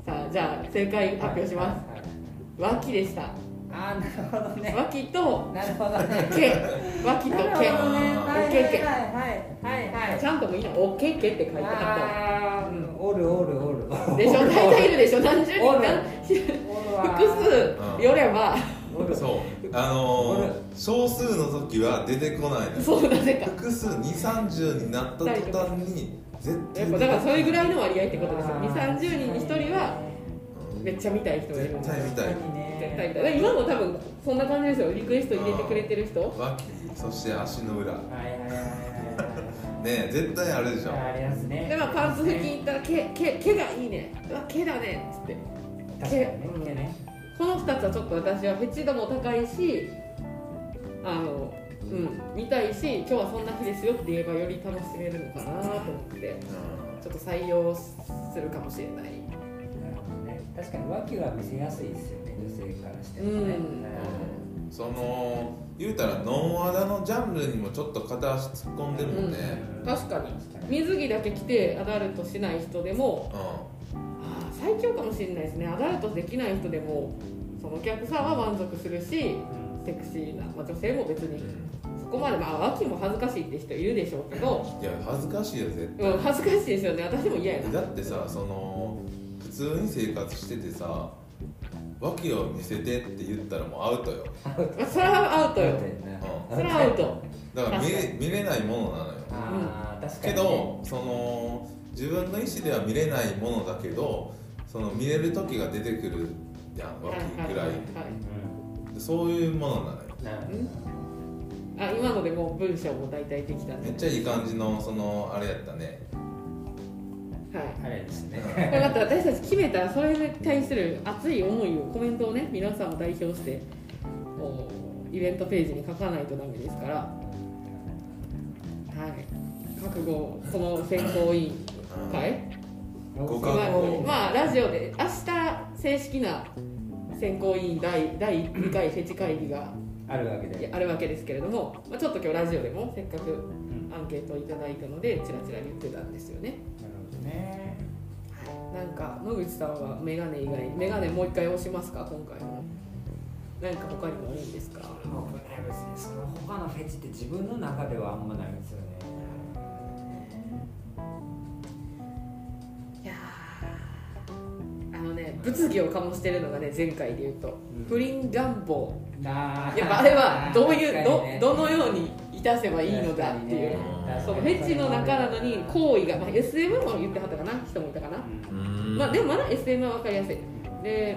Speaker 1: さあじゃあ正解発表します
Speaker 3: はい
Speaker 1: 脇でした
Speaker 3: あーなるほどね
Speaker 1: 脇と
Speaker 3: なるほど [laughs]
Speaker 1: [laughs]
Speaker 3: ね
Speaker 1: 毛脇と
Speaker 3: なるほどね
Speaker 1: 毛
Speaker 3: はいはいはいはいはい
Speaker 1: ちゃんともう今おけけって書いてあっ
Speaker 3: あーおるおるおる
Speaker 1: たわでしょ大体いるでしょ何十人
Speaker 3: おる
Speaker 1: 何
Speaker 3: おるわ
Speaker 1: 複数寄れば
Speaker 3: おる
Speaker 2: そうあのー、少数の時は出てこないのよ
Speaker 1: そうなぜか
Speaker 2: 複数230になった途端に絶対
Speaker 1: やっぱ
Speaker 2: 出て
Speaker 1: だからそれぐらい
Speaker 2: の
Speaker 1: の割合ってことですよ2 3 0人に1人はめっちゃ見たい人がいる
Speaker 2: 絶対見たい
Speaker 3: 確かにね
Speaker 1: 絶対見たいだから今も多分そんな感じですよリクエスト入れてくれてる人
Speaker 2: 脇そして足の裏ね
Speaker 3: はいはいはいはい
Speaker 2: え絶対あるじゃ
Speaker 3: はい
Speaker 2: ん
Speaker 3: ありますね
Speaker 1: でまあパンツ付近行ったら毛毛毛がいいねうわ毛だねっつって
Speaker 3: 確かにね毛ね
Speaker 1: この2つはちょっと私はフェチ度も高いしあのうん見たいし今日はそんな日ですよって言えばより楽しめるのかなと思ってちょっと採用するかもしれない
Speaker 3: なるほどね確かに脇は見せやすいですよね女性からしても
Speaker 1: うん
Speaker 3: ね
Speaker 2: うんその言うたらノンアダのジャンルにもちょっと片足突っ込んでるもんね
Speaker 1: 確かに
Speaker 3: 確かに
Speaker 1: 水着だけ着てアダルトしない人でも
Speaker 2: うん、
Speaker 1: あー最強かもしれないですねアダルトできない人でもそのお客さんは満足するし
Speaker 3: うん
Speaker 1: セクシーな、まあ、女性も別
Speaker 2: う
Speaker 1: に
Speaker 2: ん
Speaker 1: そこまでまあ脇も恥ずかしいって人いるでしょうけど、
Speaker 2: いや恥ずかしいよ絶
Speaker 1: うん、恥ずかしいですよね私も嫌やな
Speaker 2: 対だってさその普通に生活しててさ脇を見せてって言ったらもうアウトよ、
Speaker 1: それはアウト
Speaker 3: そう
Speaker 1: よ
Speaker 3: だよね
Speaker 2: う
Speaker 1: それはアウト
Speaker 2: ん、だから見
Speaker 1: 確
Speaker 2: れ見れないものなのよ
Speaker 3: あー確か
Speaker 2: け
Speaker 3: にね
Speaker 2: どその自分の意思では見れないものだけどその見れる時が出てくるやん脇ぐらいそういうものなのよ
Speaker 3: うんなるほ
Speaker 1: あ
Speaker 3: ど
Speaker 1: 今のでもう文章も大体できたんで
Speaker 2: めっちゃいい感じのそのあれやったね
Speaker 1: はい
Speaker 3: あれですね
Speaker 1: よかった私たち決めたらそれに対する熱い思いをコメントをね皆さんも代表してこうイベントページに書かないとダメですからはい覚悟をこの選考委員会、
Speaker 2: 互
Speaker 1: ま
Speaker 2: 角
Speaker 1: あ
Speaker 2: を
Speaker 1: まあラジオで明日正式な選考委員第第2回フェチ会議が
Speaker 3: あるわけで
Speaker 1: あるわけですけれども、まあ、ちょっと今日ラジオでもせっかく
Speaker 3: うん
Speaker 1: アンケートをいただいたのでチラチラ言ってたんですよね
Speaker 3: なるほどね
Speaker 1: なんか野口さんはメガネ以外メガネもう一回押しますか今回も何か他にもあるんですか
Speaker 3: 僕ね別にその他のフェチって自分の中ではあんまないんですよね
Speaker 1: いやーあのね物議を醸してるのがね前回で言うと
Speaker 3: うん
Speaker 1: 不倫願望
Speaker 3: な
Speaker 1: やっぱあれ
Speaker 3: [laughs]
Speaker 1: はどういうどどのようにいたせばいいのだっていうそうフェチの中なのに行為が、まあ、SM も言ってはったかな人もいたかな、
Speaker 2: うん
Speaker 1: まあでもまだ SM は分かりやすいで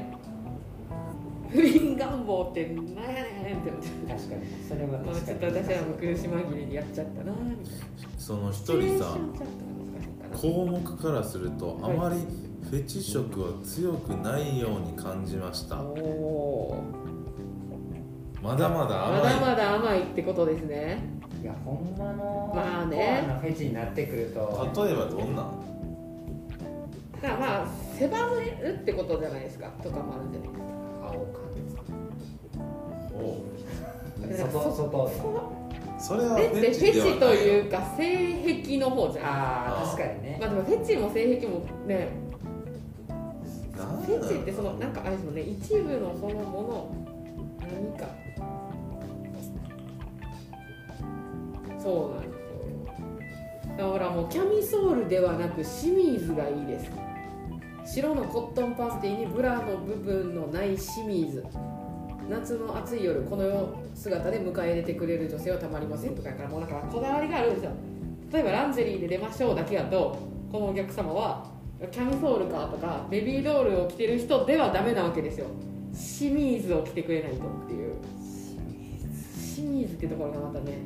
Speaker 1: 不倫願望ってなんやねんって思って、
Speaker 3: 確かにそれは
Speaker 1: まあ、ちょっと私らも苦し紛れにやっちゃったなみたいな
Speaker 2: その一
Speaker 1: テンショ
Speaker 2: 人
Speaker 1: ン
Speaker 2: さ
Speaker 1: ちょっと難しいか
Speaker 2: 項目からするとあまりフェチ色は強くないように感じました
Speaker 1: なおー
Speaker 2: まだまだ
Speaker 1: ま
Speaker 2: 甘い
Speaker 1: だまだ甘いってことですね
Speaker 3: いやほんまの
Speaker 1: まあね
Speaker 3: コアなフェチになってくると
Speaker 2: 例えばどんなん
Speaker 1: だからまあ狭めるってことじゃないですかとかもあるんじゃないですか
Speaker 3: 青か
Speaker 2: おう
Speaker 3: 外外
Speaker 2: それは
Speaker 1: でってフェ
Speaker 2: ではない
Speaker 1: チというか性癖の方じゃない
Speaker 3: ああ確かにね
Speaker 1: まあでもフェチも性癖もね
Speaker 2: なん
Speaker 1: フェチってそのなんかあれですもんね一部のそのもの何かそうなんですよだからもうキャミソールではなくシミーズがいいです白のコットンパンティーにブラの部分のないシミーズ夏の暑い夜この世姿で迎え入れてくれる女性はたまりませんとかやからもうなんかこだわりがあるんですよ例えばランジェリーで出ましょうだけやとこのお客様はキャミソールかとかベビードールを着てる人ではダメなわけですよシミーズを着てくれないとっていうシミーズってところがまたね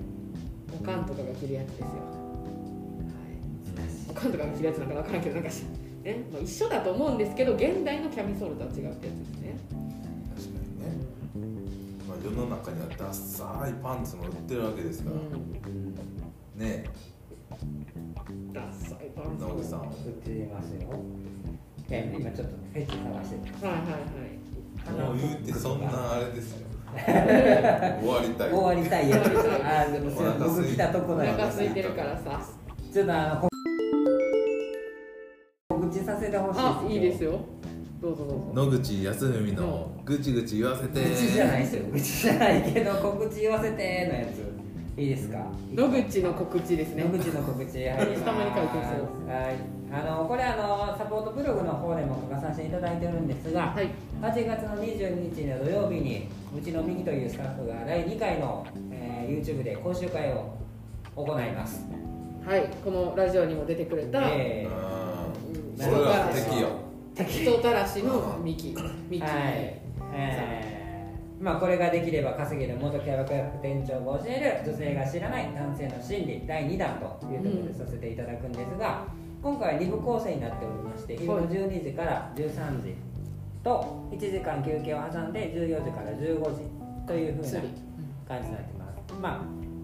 Speaker 1: おかんとかが着るやつですよ、はい、おかんとかが着るやつなんか分からんけどなんかし、ね、もう一緒だと思うんですけど現代のキャミソールとは違うってやつですね
Speaker 2: 確かにね、まあ、世の中にはダッサいパンツも売ってるわけです
Speaker 1: う
Speaker 2: から、
Speaker 1: ん
Speaker 2: ね
Speaker 1: ダッサいパンツ
Speaker 2: 野口さんは
Speaker 3: 売ってますよえ今ちょっとフェチ探してて
Speaker 1: はいはい
Speaker 2: もう言うてそんなあれです
Speaker 1: [laughs]
Speaker 2: よ終わりたい
Speaker 3: 終わりたいやつ
Speaker 1: 終わりたい
Speaker 3: あーでもそれ僕来たとこ
Speaker 1: はい
Speaker 3: な
Speaker 1: お
Speaker 3: ん
Speaker 1: 腹
Speaker 3: です
Speaker 1: 空いてるからさ
Speaker 3: ちょっとあの告知させてほしい
Speaker 1: あいいです
Speaker 3: よ
Speaker 1: よどうぞどうぞ
Speaker 2: 野口康文のぐちぐち言わせて
Speaker 3: 愚痴じゃないですよ愚痴じゃないけど告知言わせてのやついいですか
Speaker 1: 野口の告知ですね
Speaker 3: 野口の告知入ります
Speaker 1: たまに書いてますよ
Speaker 3: はいあのこれあのサポートブログの方でも書かさせていただいてるんですが、
Speaker 1: はい
Speaker 3: 8月の22日の土曜日にうちのミキというスタッフが第2回の、えー YouTube で講習会を行います、
Speaker 1: はいこのラジオにも出てくれた
Speaker 2: う
Speaker 3: え
Speaker 2: ん
Speaker 1: うん
Speaker 2: それは敵よ
Speaker 1: 人たらし
Speaker 3: [laughs]
Speaker 1: のミキミ
Speaker 3: ー、
Speaker 1: キ
Speaker 3: はいえーまあこれができれば稼げる元キャバクラ副店長が教える女性が知らない男性の心理第2弾というところでさせていただくんですが、今回は2部構成になっておりまして昼の12時から13時と1時間休憩を挟んで14時から15時というふう
Speaker 1: 釣
Speaker 3: な
Speaker 1: り
Speaker 3: 感じになってます。まあ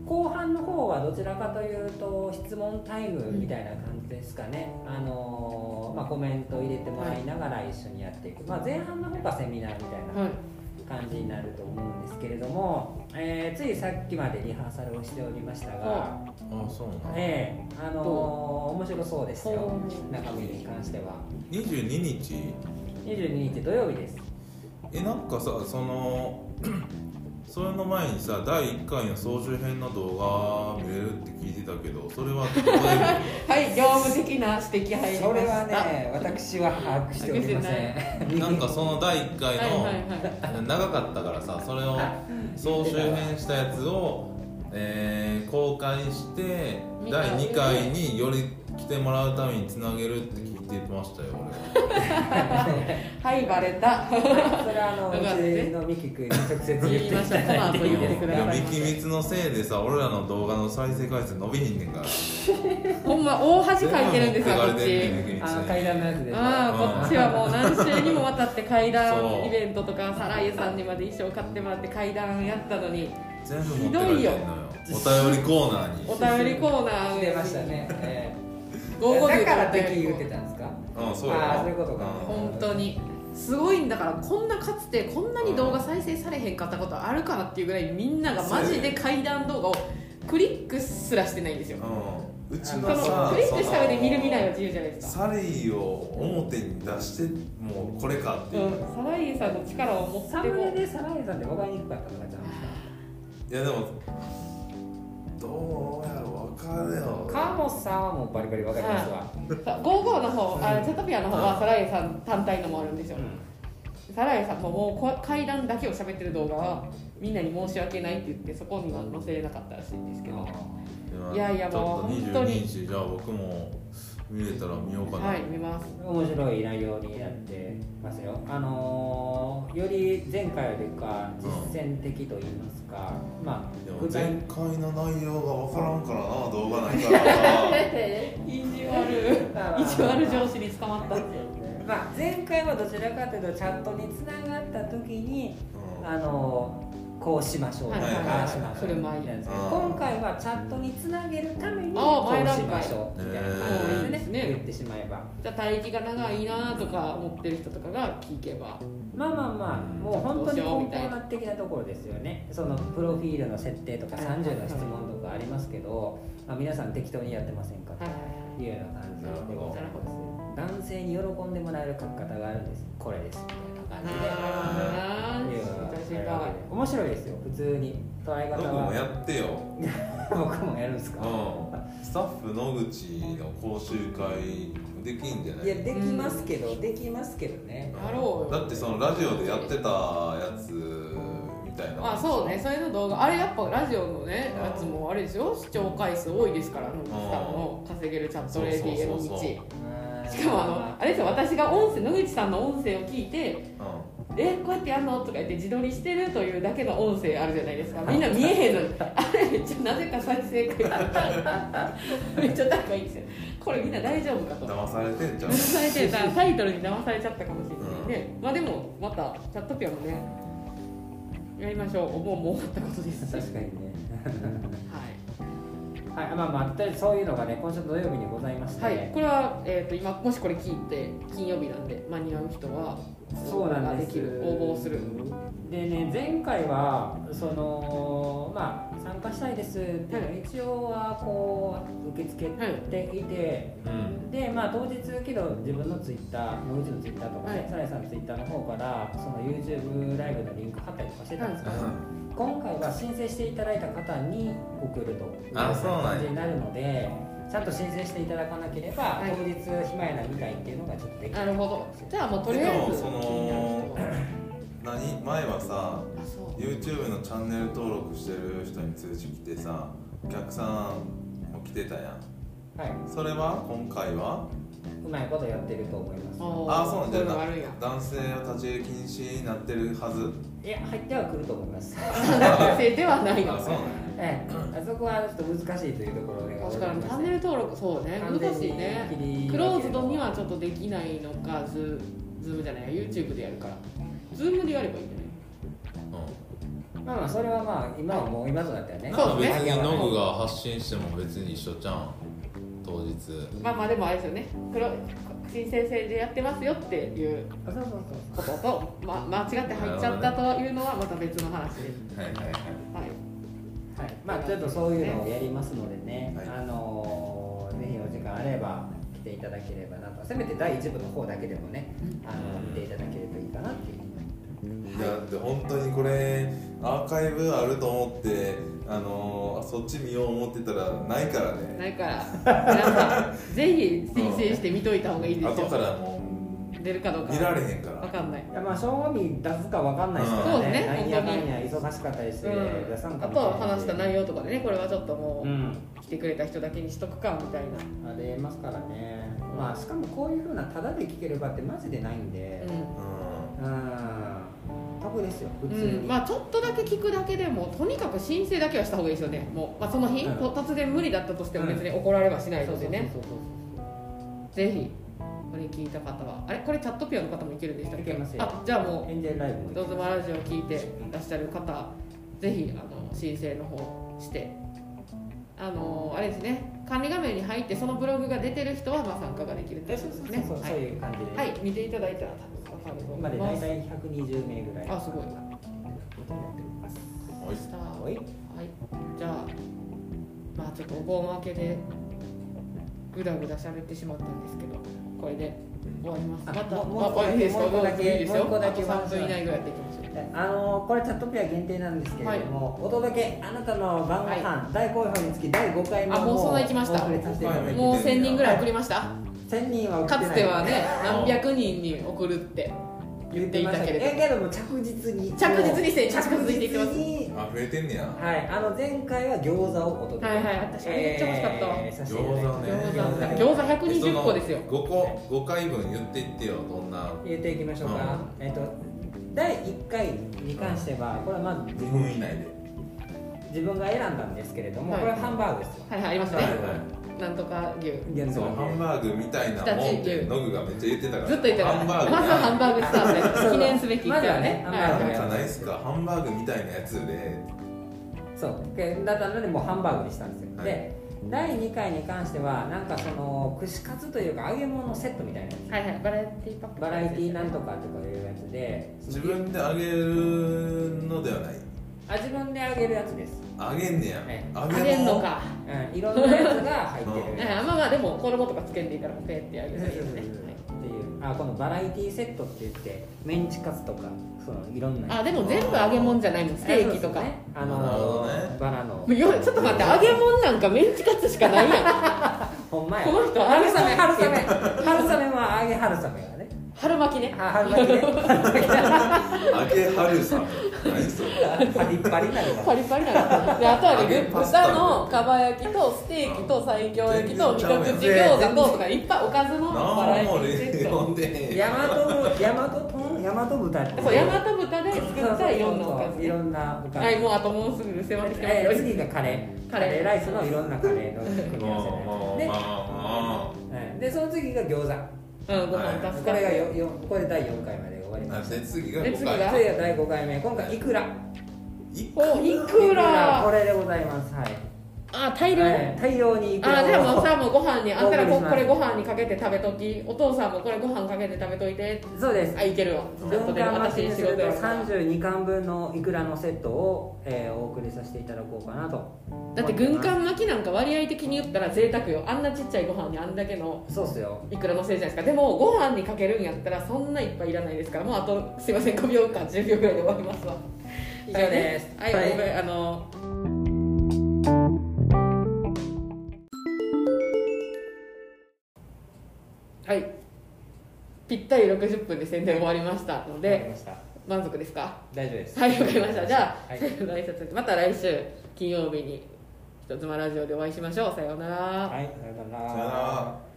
Speaker 3: 後半の方はどちらかというと質問タイムみたいな感じですかね、あのーまあ、コメントを入れてもらいながら一緒にやっていく、まあ、前半の方がセミナーみたい
Speaker 1: はい
Speaker 3: な感じになると思うんですけれども、えーついさっきまでリハーサルをしておりましたが
Speaker 1: は、
Speaker 2: あそうなの
Speaker 3: ええあのー面白そうですよ
Speaker 1: ほう
Speaker 3: 中身に関しては
Speaker 2: 22日
Speaker 3: 22日土曜日です
Speaker 2: えなんかさその [clears throat] それの前にさ第1回の総集編の動画見れるって聞いてたけどそれはどこで見る
Speaker 1: はい業務的な指摘入りました
Speaker 3: それはね私は把握しておりませ
Speaker 1: [laughs]
Speaker 3: [laughs] ん
Speaker 2: なんかその第1
Speaker 1: は
Speaker 2: 回
Speaker 1: いはい
Speaker 2: の
Speaker 1: は
Speaker 2: 長かったからさそれを総集編したやつを、えー公開して
Speaker 1: 見た
Speaker 2: 第2回により来てもらうためにつなげるって聞いてましたよ
Speaker 1: いはいバレた
Speaker 3: それはあのう
Speaker 1: だからね
Speaker 3: ちのミキ君に直接言
Speaker 1: 言
Speaker 3: っ
Speaker 1: い
Speaker 3: て
Speaker 1: ま
Speaker 3: い
Speaker 1: したたコ
Speaker 3: だ
Speaker 1: マ
Speaker 3: い
Speaker 1: ン
Speaker 3: て
Speaker 1: と言っ
Speaker 2: 俺
Speaker 3: いい
Speaker 1: て
Speaker 3: で
Speaker 1: く
Speaker 3: す
Speaker 1: だ
Speaker 3: か
Speaker 1: さいま
Speaker 2: ミキミツのせいでさ俺らの動画の再生回数伸びひんねんから
Speaker 1: ほんま大恥かいてるんですよこ
Speaker 2: 全部
Speaker 1: っち
Speaker 2: 持ってかれてんねんミキミツ
Speaker 3: あの階段のやつでしょ
Speaker 1: ああこっちはもう何週にもわたって階
Speaker 2: そ
Speaker 1: 段
Speaker 2: う
Speaker 1: イベントとかサライさんにまで衣装買ってもらって階段やったのに
Speaker 2: 全部持ってかれてんのよお便りコーナーに
Speaker 1: お便りコーナー
Speaker 3: 来てましたね、ええ
Speaker 1: 午後
Speaker 3: だから敵言ってたんですか
Speaker 2: うんそうや
Speaker 3: あーそういうことか
Speaker 2: ん
Speaker 1: 本当にすごいんだからこんなかつてこんなに動画再生されへんかったことあるかなっていうぐらいみんながマジで怪談動画をクリックすらしてないんですよ
Speaker 2: うん、うち
Speaker 1: そ
Speaker 2: の
Speaker 1: の
Speaker 2: さ
Speaker 1: クリックした上で見る見ないは
Speaker 2: よ
Speaker 1: 自由じゃないですか
Speaker 2: サリーを表に出してもうこれかって
Speaker 1: う
Speaker 2: いう、
Speaker 1: ん、サライエさんの力を持
Speaker 3: サ
Speaker 1: って
Speaker 3: ムネ
Speaker 1: も
Speaker 3: でサラエさんって分かりにくかったのかちゃん
Speaker 2: いやでもどうやろう分かるよ
Speaker 3: カモさんはもうバリバリ分かりますわ、
Speaker 1: さ55の方あジャトピアの方はサライエさん単体のもあるんですよ、サライエさんももうこ階段だけを喋ってる動画はみんなに申し訳ないって言ってそこには載せれなかったらしいんですけどいやいや
Speaker 2: ちょっと
Speaker 1: もう本当に
Speaker 2: 22日じゃあ僕も見れたら見ようかな、
Speaker 1: はい見ます
Speaker 3: 面白い内容になってますよあのーより前回よりか実践的と言いますか、ま
Speaker 2: で
Speaker 3: あ
Speaker 2: も
Speaker 3: 具体
Speaker 2: 前回の内容が分からんからな動画な
Speaker 1: [laughs]
Speaker 2: いからな
Speaker 1: [laughs] 意地悪意地悪上司に捕まったって
Speaker 3: まあ、前回はどちらかというとチャットにつながった時にあのこうしましょうとか、
Speaker 1: はいはい
Speaker 2: はい
Speaker 3: ああしましょ
Speaker 1: 振
Speaker 3: う
Speaker 1: る舞い
Speaker 3: みたいなんですけ
Speaker 2: あ
Speaker 3: ど
Speaker 2: ー
Speaker 3: 今回はチャットにつなげるために
Speaker 1: あ
Speaker 3: こ
Speaker 1: ー前
Speaker 3: う
Speaker 1: 段
Speaker 3: し
Speaker 1: 階
Speaker 3: ましょうみたいな感じでね
Speaker 1: へー
Speaker 3: 言ってしまえば
Speaker 1: じゃあ待機が長いなとか思ってる人とかが聞けば
Speaker 3: まあまあまあもう本当に
Speaker 1: どうしよう
Speaker 3: 根
Speaker 1: みたいな
Speaker 3: 本的なところですよねそのプロフィールの設定とか30の質問とかありますけど、まあ、皆さん適当にやってませんか
Speaker 1: はいはい
Speaker 3: というような感じでござ
Speaker 1: な
Speaker 3: い
Speaker 1: るほど
Speaker 3: ます男性に喜んでもらえる書き方があるんですこれですみたいな感じで。
Speaker 1: あ
Speaker 3: い
Speaker 1: ー
Speaker 3: や
Speaker 1: 難し
Speaker 3: 面白いですよ普通に捉
Speaker 2: うん
Speaker 3: え方
Speaker 2: 僕
Speaker 3: は
Speaker 2: もやってよ、
Speaker 3: 僕もやるんですか、
Speaker 2: うん、スタッフ野口の講習会できんじゃない
Speaker 3: いやできますけど、できますけどね
Speaker 1: やろうよ
Speaker 2: だってそのラジオでやってたやつみたいな
Speaker 1: まあそうねそれの動画あれやっぱラジオのねやつもあれでしょ視聴回数多いですから野口さんの稼げるチャットレディへの
Speaker 2: そうそうそう
Speaker 1: 道
Speaker 3: し
Speaker 1: しかもあのあれですよ私が音声野口さんの音声を聞いて
Speaker 2: う
Speaker 1: 「えこうやってやんの?」とか言って自撮りしてるというだけの音声あるじゃないですかみんな見えへんのにあれめっちゃなぜか再生回数めっちゃ高いんですよこれみんな大丈夫かと
Speaker 2: ん騙されてんじゃん
Speaker 1: 騙されてたタイトルに騙されちゃったかもしれないね、まあでもまたチャットピアもねやりましょうお盆も終わったことですし、はい
Speaker 3: 確かにね、はい、まあまあ、とりあえずそういうのがね、今週土曜日にございまして、
Speaker 1: はい、これは、えー、と今もしこれ聞いて金曜日なんで間に合う人は
Speaker 3: そうなんで
Speaker 1: 応募がで
Speaker 3: す
Speaker 1: きる応募する
Speaker 3: でね前回はそのまあ参加したいですっていうのは
Speaker 1: は
Speaker 3: 一応はこう受け付
Speaker 1: はい
Speaker 3: けていて、
Speaker 2: うん [laughs]
Speaker 3: でまあ当日けど自分のツイッター野口のツイッターとかね、
Speaker 1: はい
Speaker 3: サライさんのツイッターの方からその YouTube ライブのリンク貼ったりとかしてたんですけど、今回は申請していただいた方に送るという
Speaker 2: あそうなんや
Speaker 3: 感じになるのでちゃんと申請していただかなければ、
Speaker 1: はい
Speaker 3: 当日暇やなみたいっていうのがちょっとでき
Speaker 1: なるほどじゃあもうとりあえず
Speaker 2: しかもその
Speaker 1: 気になる
Speaker 2: 何前はさ
Speaker 1: 人はあそう
Speaker 2: YouTube のチャンネル登録してる人に通知来てさお客さんも来てたやん
Speaker 3: はい、
Speaker 2: それは今回は
Speaker 3: うまいことやってると思います
Speaker 2: あーそうなんだ
Speaker 1: そういうのがあるんや
Speaker 2: 男性は立ち入り禁止になってるはず
Speaker 3: いや入ってはくると思います
Speaker 1: 男性ではないの [laughs]
Speaker 2: あそうなんや
Speaker 3: ええあそこはちょっと難しいというところで
Speaker 1: 確かにチャンネル登録そうね
Speaker 3: 完全
Speaker 1: 難
Speaker 3: に
Speaker 1: しいね
Speaker 3: 切り分ける
Speaker 1: クローズドにはちょっとできないのかズズームじゃない YouTube でやるからズームでやればいいんじ
Speaker 3: まあまあそれはまあ今はもう今となっては
Speaker 2: う
Speaker 3: ね
Speaker 2: ん、
Speaker 1: そうですね
Speaker 2: なんか別にノグが発信しても別に一緒じゃん当
Speaker 1: ゃ
Speaker 2: 日
Speaker 1: ないまあまあでもあれですよねクロ新生成でやってますよっていう
Speaker 3: あそうそうそ
Speaker 1: こ
Speaker 3: う
Speaker 1: とと、ま、間違って入っちゃったというのはまた別の話です、
Speaker 2: はいはいはい
Speaker 1: はい、
Speaker 3: はいまあちょっとそういうのをやりますのでね、
Speaker 2: はい
Speaker 3: あのーぜひお時間あれば来ていただければなとせめて第一部の方だけでもねあの見ていただけるといいかなっていう
Speaker 2: いやで本当にこれアーカイブあると思ってあのー、そっち見よう思ってたらないからね
Speaker 1: ないから皆さんぜひ申請して見といた方がいいですよ
Speaker 2: 後からも
Speaker 1: 出るかどう
Speaker 2: う
Speaker 1: か
Speaker 2: 見られへんか
Speaker 1: わ
Speaker 2: ら
Speaker 1: かんない
Speaker 3: いやまあ正味出すかわかんないですから
Speaker 1: そうです
Speaker 3: ね
Speaker 1: ね
Speaker 3: なんやか
Speaker 1: 本
Speaker 3: んや忙しかったりして、
Speaker 1: うん
Speaker 3: 出さんか
Speaker 1: あ
Speaker 3: も
Speaker 1: とは
Speaker 3: しれない
Speaker 1: 話した内容とかでねこれはちょっとも
Speaker 3: うん
Speaker 1: う来てくれた人だけにしとくかみたいな
Speaker 3: ありえますからね、まあ、しかもこういうふうなタダで聴ける場ってマジでないんで、うん、得ですよ普
Speaker 1: う
Speaker 3: 通
Speaker 1: ん、
Speaker 3: に、
Speaker 1: うんまあちょっとだけ聞くだけでもとにかく申請だけはした方がいいですよねもう、まあ、その日、
Speaker 3: うん
Speaker 1: と突然無理だったとしても
Speaker 3: うん
Speaker 1: 別に怒られはしない
Speaker 3: そう
Speaker 1: の
Speaker 3: そ
Speaker 1: で
Speaker 3: う
Speaker 1: ね、
Speaker 3: そうそう
Speaker 1: ぜひこれ聞いた方はあれこれチャットピアの方もいけるんでしたっけ
Speaker 3: いけますよ
Speaker 1: あじゃあもう
Speaker 3: エンジェルライブも
Speaker 1: どうぞ
Speaker 3: ま
Speaker 1: マラジオを聞いてらっしゃる方、ぜひあの申請の方して、あのあれですね、管理画面に入ってそのブログが出てる人はまあ参加ができるということです
Speaker 3: ね
Speaker 1: ね。
Speaker 3: そうそういう感じで、
Speaker 1: はい、はい、見ていただいたら多分わかると思
Speaker 3: 今
Speaker 1: い
Speaker 3: で大
Speaker 1: ます。
Speaker 3: 体120名ぐらい
Speaker 1: あすごい
Speaker 3: ということになっております
Speaker 2: おい
Speaker 1: さあ
Speaker 3: おい
Speaker 1: はい、じゃあまあちょっとお盆明けでぐだぐだ喋ってしまったんですけど、これで終わります。
Speaker 3: あ
Speaker 1: また
Speaker 3: もうもう
Speaker 1: まあこれいいですか
Speaker 3: もう一個だけ
Speaker 1: いいですよ。
Speaker 3: もう一個だけ
Speaker 1: あと3分以内ぐらいやっていきましょう。
Speaker 3: あのこれチャットピア限定なんですけれども、お届けあなたの晩ご飯、大好評につき第5回目
Speaker 1: あもうそんな行きました
Speaker 3: お送りさせていただいて
Speaker 1: もう1000人ぐらい送りました。
Speaker 3: 1000人は送って
Speaker 1: か
Speaker 3: ない
Speaker 1: つてはね何百人に送るって言っていたけれ
Speaker 3: 言ってました
Speaker 1: ど
Speaker 3: けども着実に
Speaker 1: 着実にせ着
Speaker 3: 着
Speaker 1: 実に
Speaker 3: 実
Speaker 1: いってます
Speaker 3: に
Speaker 2: あ増えてんねや
Speaker 3: はいあの前回は餃子をお届け
Speaker 1: はいはい私あれめっちゃ美味しかったわ
Speaker 3: えーさせていただいて
Speaker 2: 餃子ね
Speaker 1: 餃子餃子120個ですよ
Speaker 2: 5個5回分言っていってよどんな
Speaker 3: 入れていきましょうか、えっと第1回に関してはこれはまず
Speaker 2: 2分以内で
Speaker 3: 自分が選んだんですけれども、
Speaker 1: はい
Speaker 3: これはハンバーグですよ
Speaker 1: はいはいあります
Speaker 2: はい
Speaker 1: ね
Speaker 2: は
Speaker 1: なんとか牛
Speaker 3: 現
Speaker 2: いそうハンバーグみたいなもんってノグがめっちゃ言ってたから
Speaker 1: ずっと言ってた
Speaker 2: ハ
Speaker 1: か
Speaker 2: ン
Speaker 1: ら
Speaker 2: バーグ
Speaker 1: まずはハン
Speaker 2: バ
Speaker 1: バーグスタートで記念すべき一
Speaker 3: まずは
Speaker 1: 回
Speaker 3: ね
Speaker 1: ね
Speaker 3: ハンバーグ
Speaker 1: は
Speaker 2: じゃないっすかハンバーグみたいなやつで
Speaker 3: そうでだったのでもうハンバーグにしたんですよ、
Speaker 2: はい
Speaker 3: で第2回に関してはなんかその串カツというか揚げ物セットみたいなや
Speaker 1: いはいはいバラエティパック
Speaker 3: つバラエティなんとかとかいうやつでその
Speaker 2: 自分であげるのではない
Speaker 3: あ自分で揚げるやつです、
Speaker 2: あげんねや
Speaker 3: はい
Speaker 2: あ
Speaker 1: あげんのか [laughs]
Speaker 3: うん、いろんなやつが入って
Speaker 1: は
Speaker 3: る
Speaker 1: いまあまあでも衣とかつけんでいいからペってあげ
Speaker 3: そう
Speaker 1: る
Speaker 3: そ
Speaker 1: と
Speaker 3: う
Speaker 1: いい
Speaker 3: そう
Speaker 1: です
Speaker 3: そう
Speaker 1: ね
Speaker 3: っていうあこのバラエティセットって言ってメンチカツとかそのいろん
Speaker 1: は
Speaker 3: ない
Speaker 1: あでも全部揚げ物じゃないもんステーキとか
Speaker 3: あそうですね
Speaker 2: な
Speaker 3: あ
Speaker 2: るほ
Speaker 3: の
Speaker 2: どね
Speaker 3: バラの
Speaker 1: いやちょっと待って揚げ物なんかメンチカツしかないやん
Speaker 3: [laughs] ほんまや
Speaker 1: この人
Speaker 3: 春
Speaker 1: 春
Speaker 3: 雨
Speaker 1: 雨
Speaker 3: 春雨春雨は揚げ春雨やね
Speaker 1: 春巻きね
Speaker 3: あ春巻きね
Speaker 2: あげはるさん何それ
Speaker 3: パリッパリになる
Speaker 1: [laughs]
Speaker 3: わ
Speaker 1: パリパリだからであとは
Speaker 2: 揚げ
Speaker 1: ね
Speaker 2: パスタ
Speaker 1: 豚のかば焼きとステーキと西京焼きと
Speaker 2: 全
Speaker 1: 三
Speaker 2: 然
Speaker 1: 角
Speaker 2: ち
Speaker 1: 地
Speaker 2: ゃ
Speaker 3: うやん
Speaker 1: 餃子ととかいっぱいおかずのバラエ
Speaker 2: 何
Speaker 1: テ
Speaker 2: も
Speaker 1: ィセッ
Speaker 2: 読
Speaker 1: ト
Speaker 2: んでへん
Speaker 3: ヤマトヤマト豚ヤマト豚って
Speaker 1: そう大和豚で作ったいろんなおかず
Speaker 3: いろんなおかず
Speaker 1: はいもうあともうすぐ迫ってきてます
Speaker 3: え
Speaker 1: よ
Speaker 3: ー次がカレー
Speaker 1: カレー
Speaker 3: ライスのいろんなカレーの組み合わせのやつね
Speaker 2: あ
Speaker 3: はいでその次が餃子
Speaker 1: うんご飯足す
Speaker 3: こ
Speaker 1: か
Speaker 3: れ
Speaker 1: ら
Speaker 3: がよよこれ第4回まで終わりま
Speaker 2: あ
Speaker 3: した
Speaker 2: で次が
Speaker 1: で
Speaker 2: 5
Speaker 1: 次が
Speaker 2: 回
Speaker 3: 次が第5回目今回いくら
Speaker 2: い
Speaker 1: おいくら
Speaker 3: これでございますはい
Speaker 1: ああ大量、
Speaker 3: はい大量にいく
Speaker 1: あじゃあもうさもうご飯にあんたらこ
Speaker 3: お送りします
Speaker 1: これご飯にかけて食べときお父さんもこれご飯かけて食べといて
Speaker 3: そうです
Speaker 1: あいけるわちょっと
Speaker 3: 軍
Speaker 1: で
Speaker 3: 艦
Speaker 1: 私
Speaker 3: 巻きにす
Speaker 1: 仕
Speaker 3: る
Speaker 1: 事
Speaker 3: と
Speaker 1: やから
Speaker 3: 32巻分のいくらのセットを、えーお送りさせていただこうかなと
Speaker 1: だって軍艦巻きなんか割合的に言ったら贅沢よあんなちっちゃいご飯にあんだけの
Speaker 3: そうっすよ
Speaker 1: いくらのせいじゃないですかでもご飯にかけるんやったらそんないっぱいいらないですからもうあとすいません5秒か10秒ぐらいで終わりますわ
Speaker 3: 以上です
Speaker 1: はい、
Speaker 3: はい
Speaker 1: ごめんあのはいぴったり60分で宣伝終わりましたの
Speaker 3: わかり
Speaker 1: で
Speaker 3: ました
Speaker 1: 満足ですか
Speaker 3: 大丈夫です
Speaker 1: はいわかりましたじゃあ、
Speaker 3: はい
Speaker 1: 最後 [laughs] の挨拶また来週金曜日に「ひとつまラジオ」でお会いしましょうさようなら
Speaker 3: はいさようなら
Speaker 2: さよなら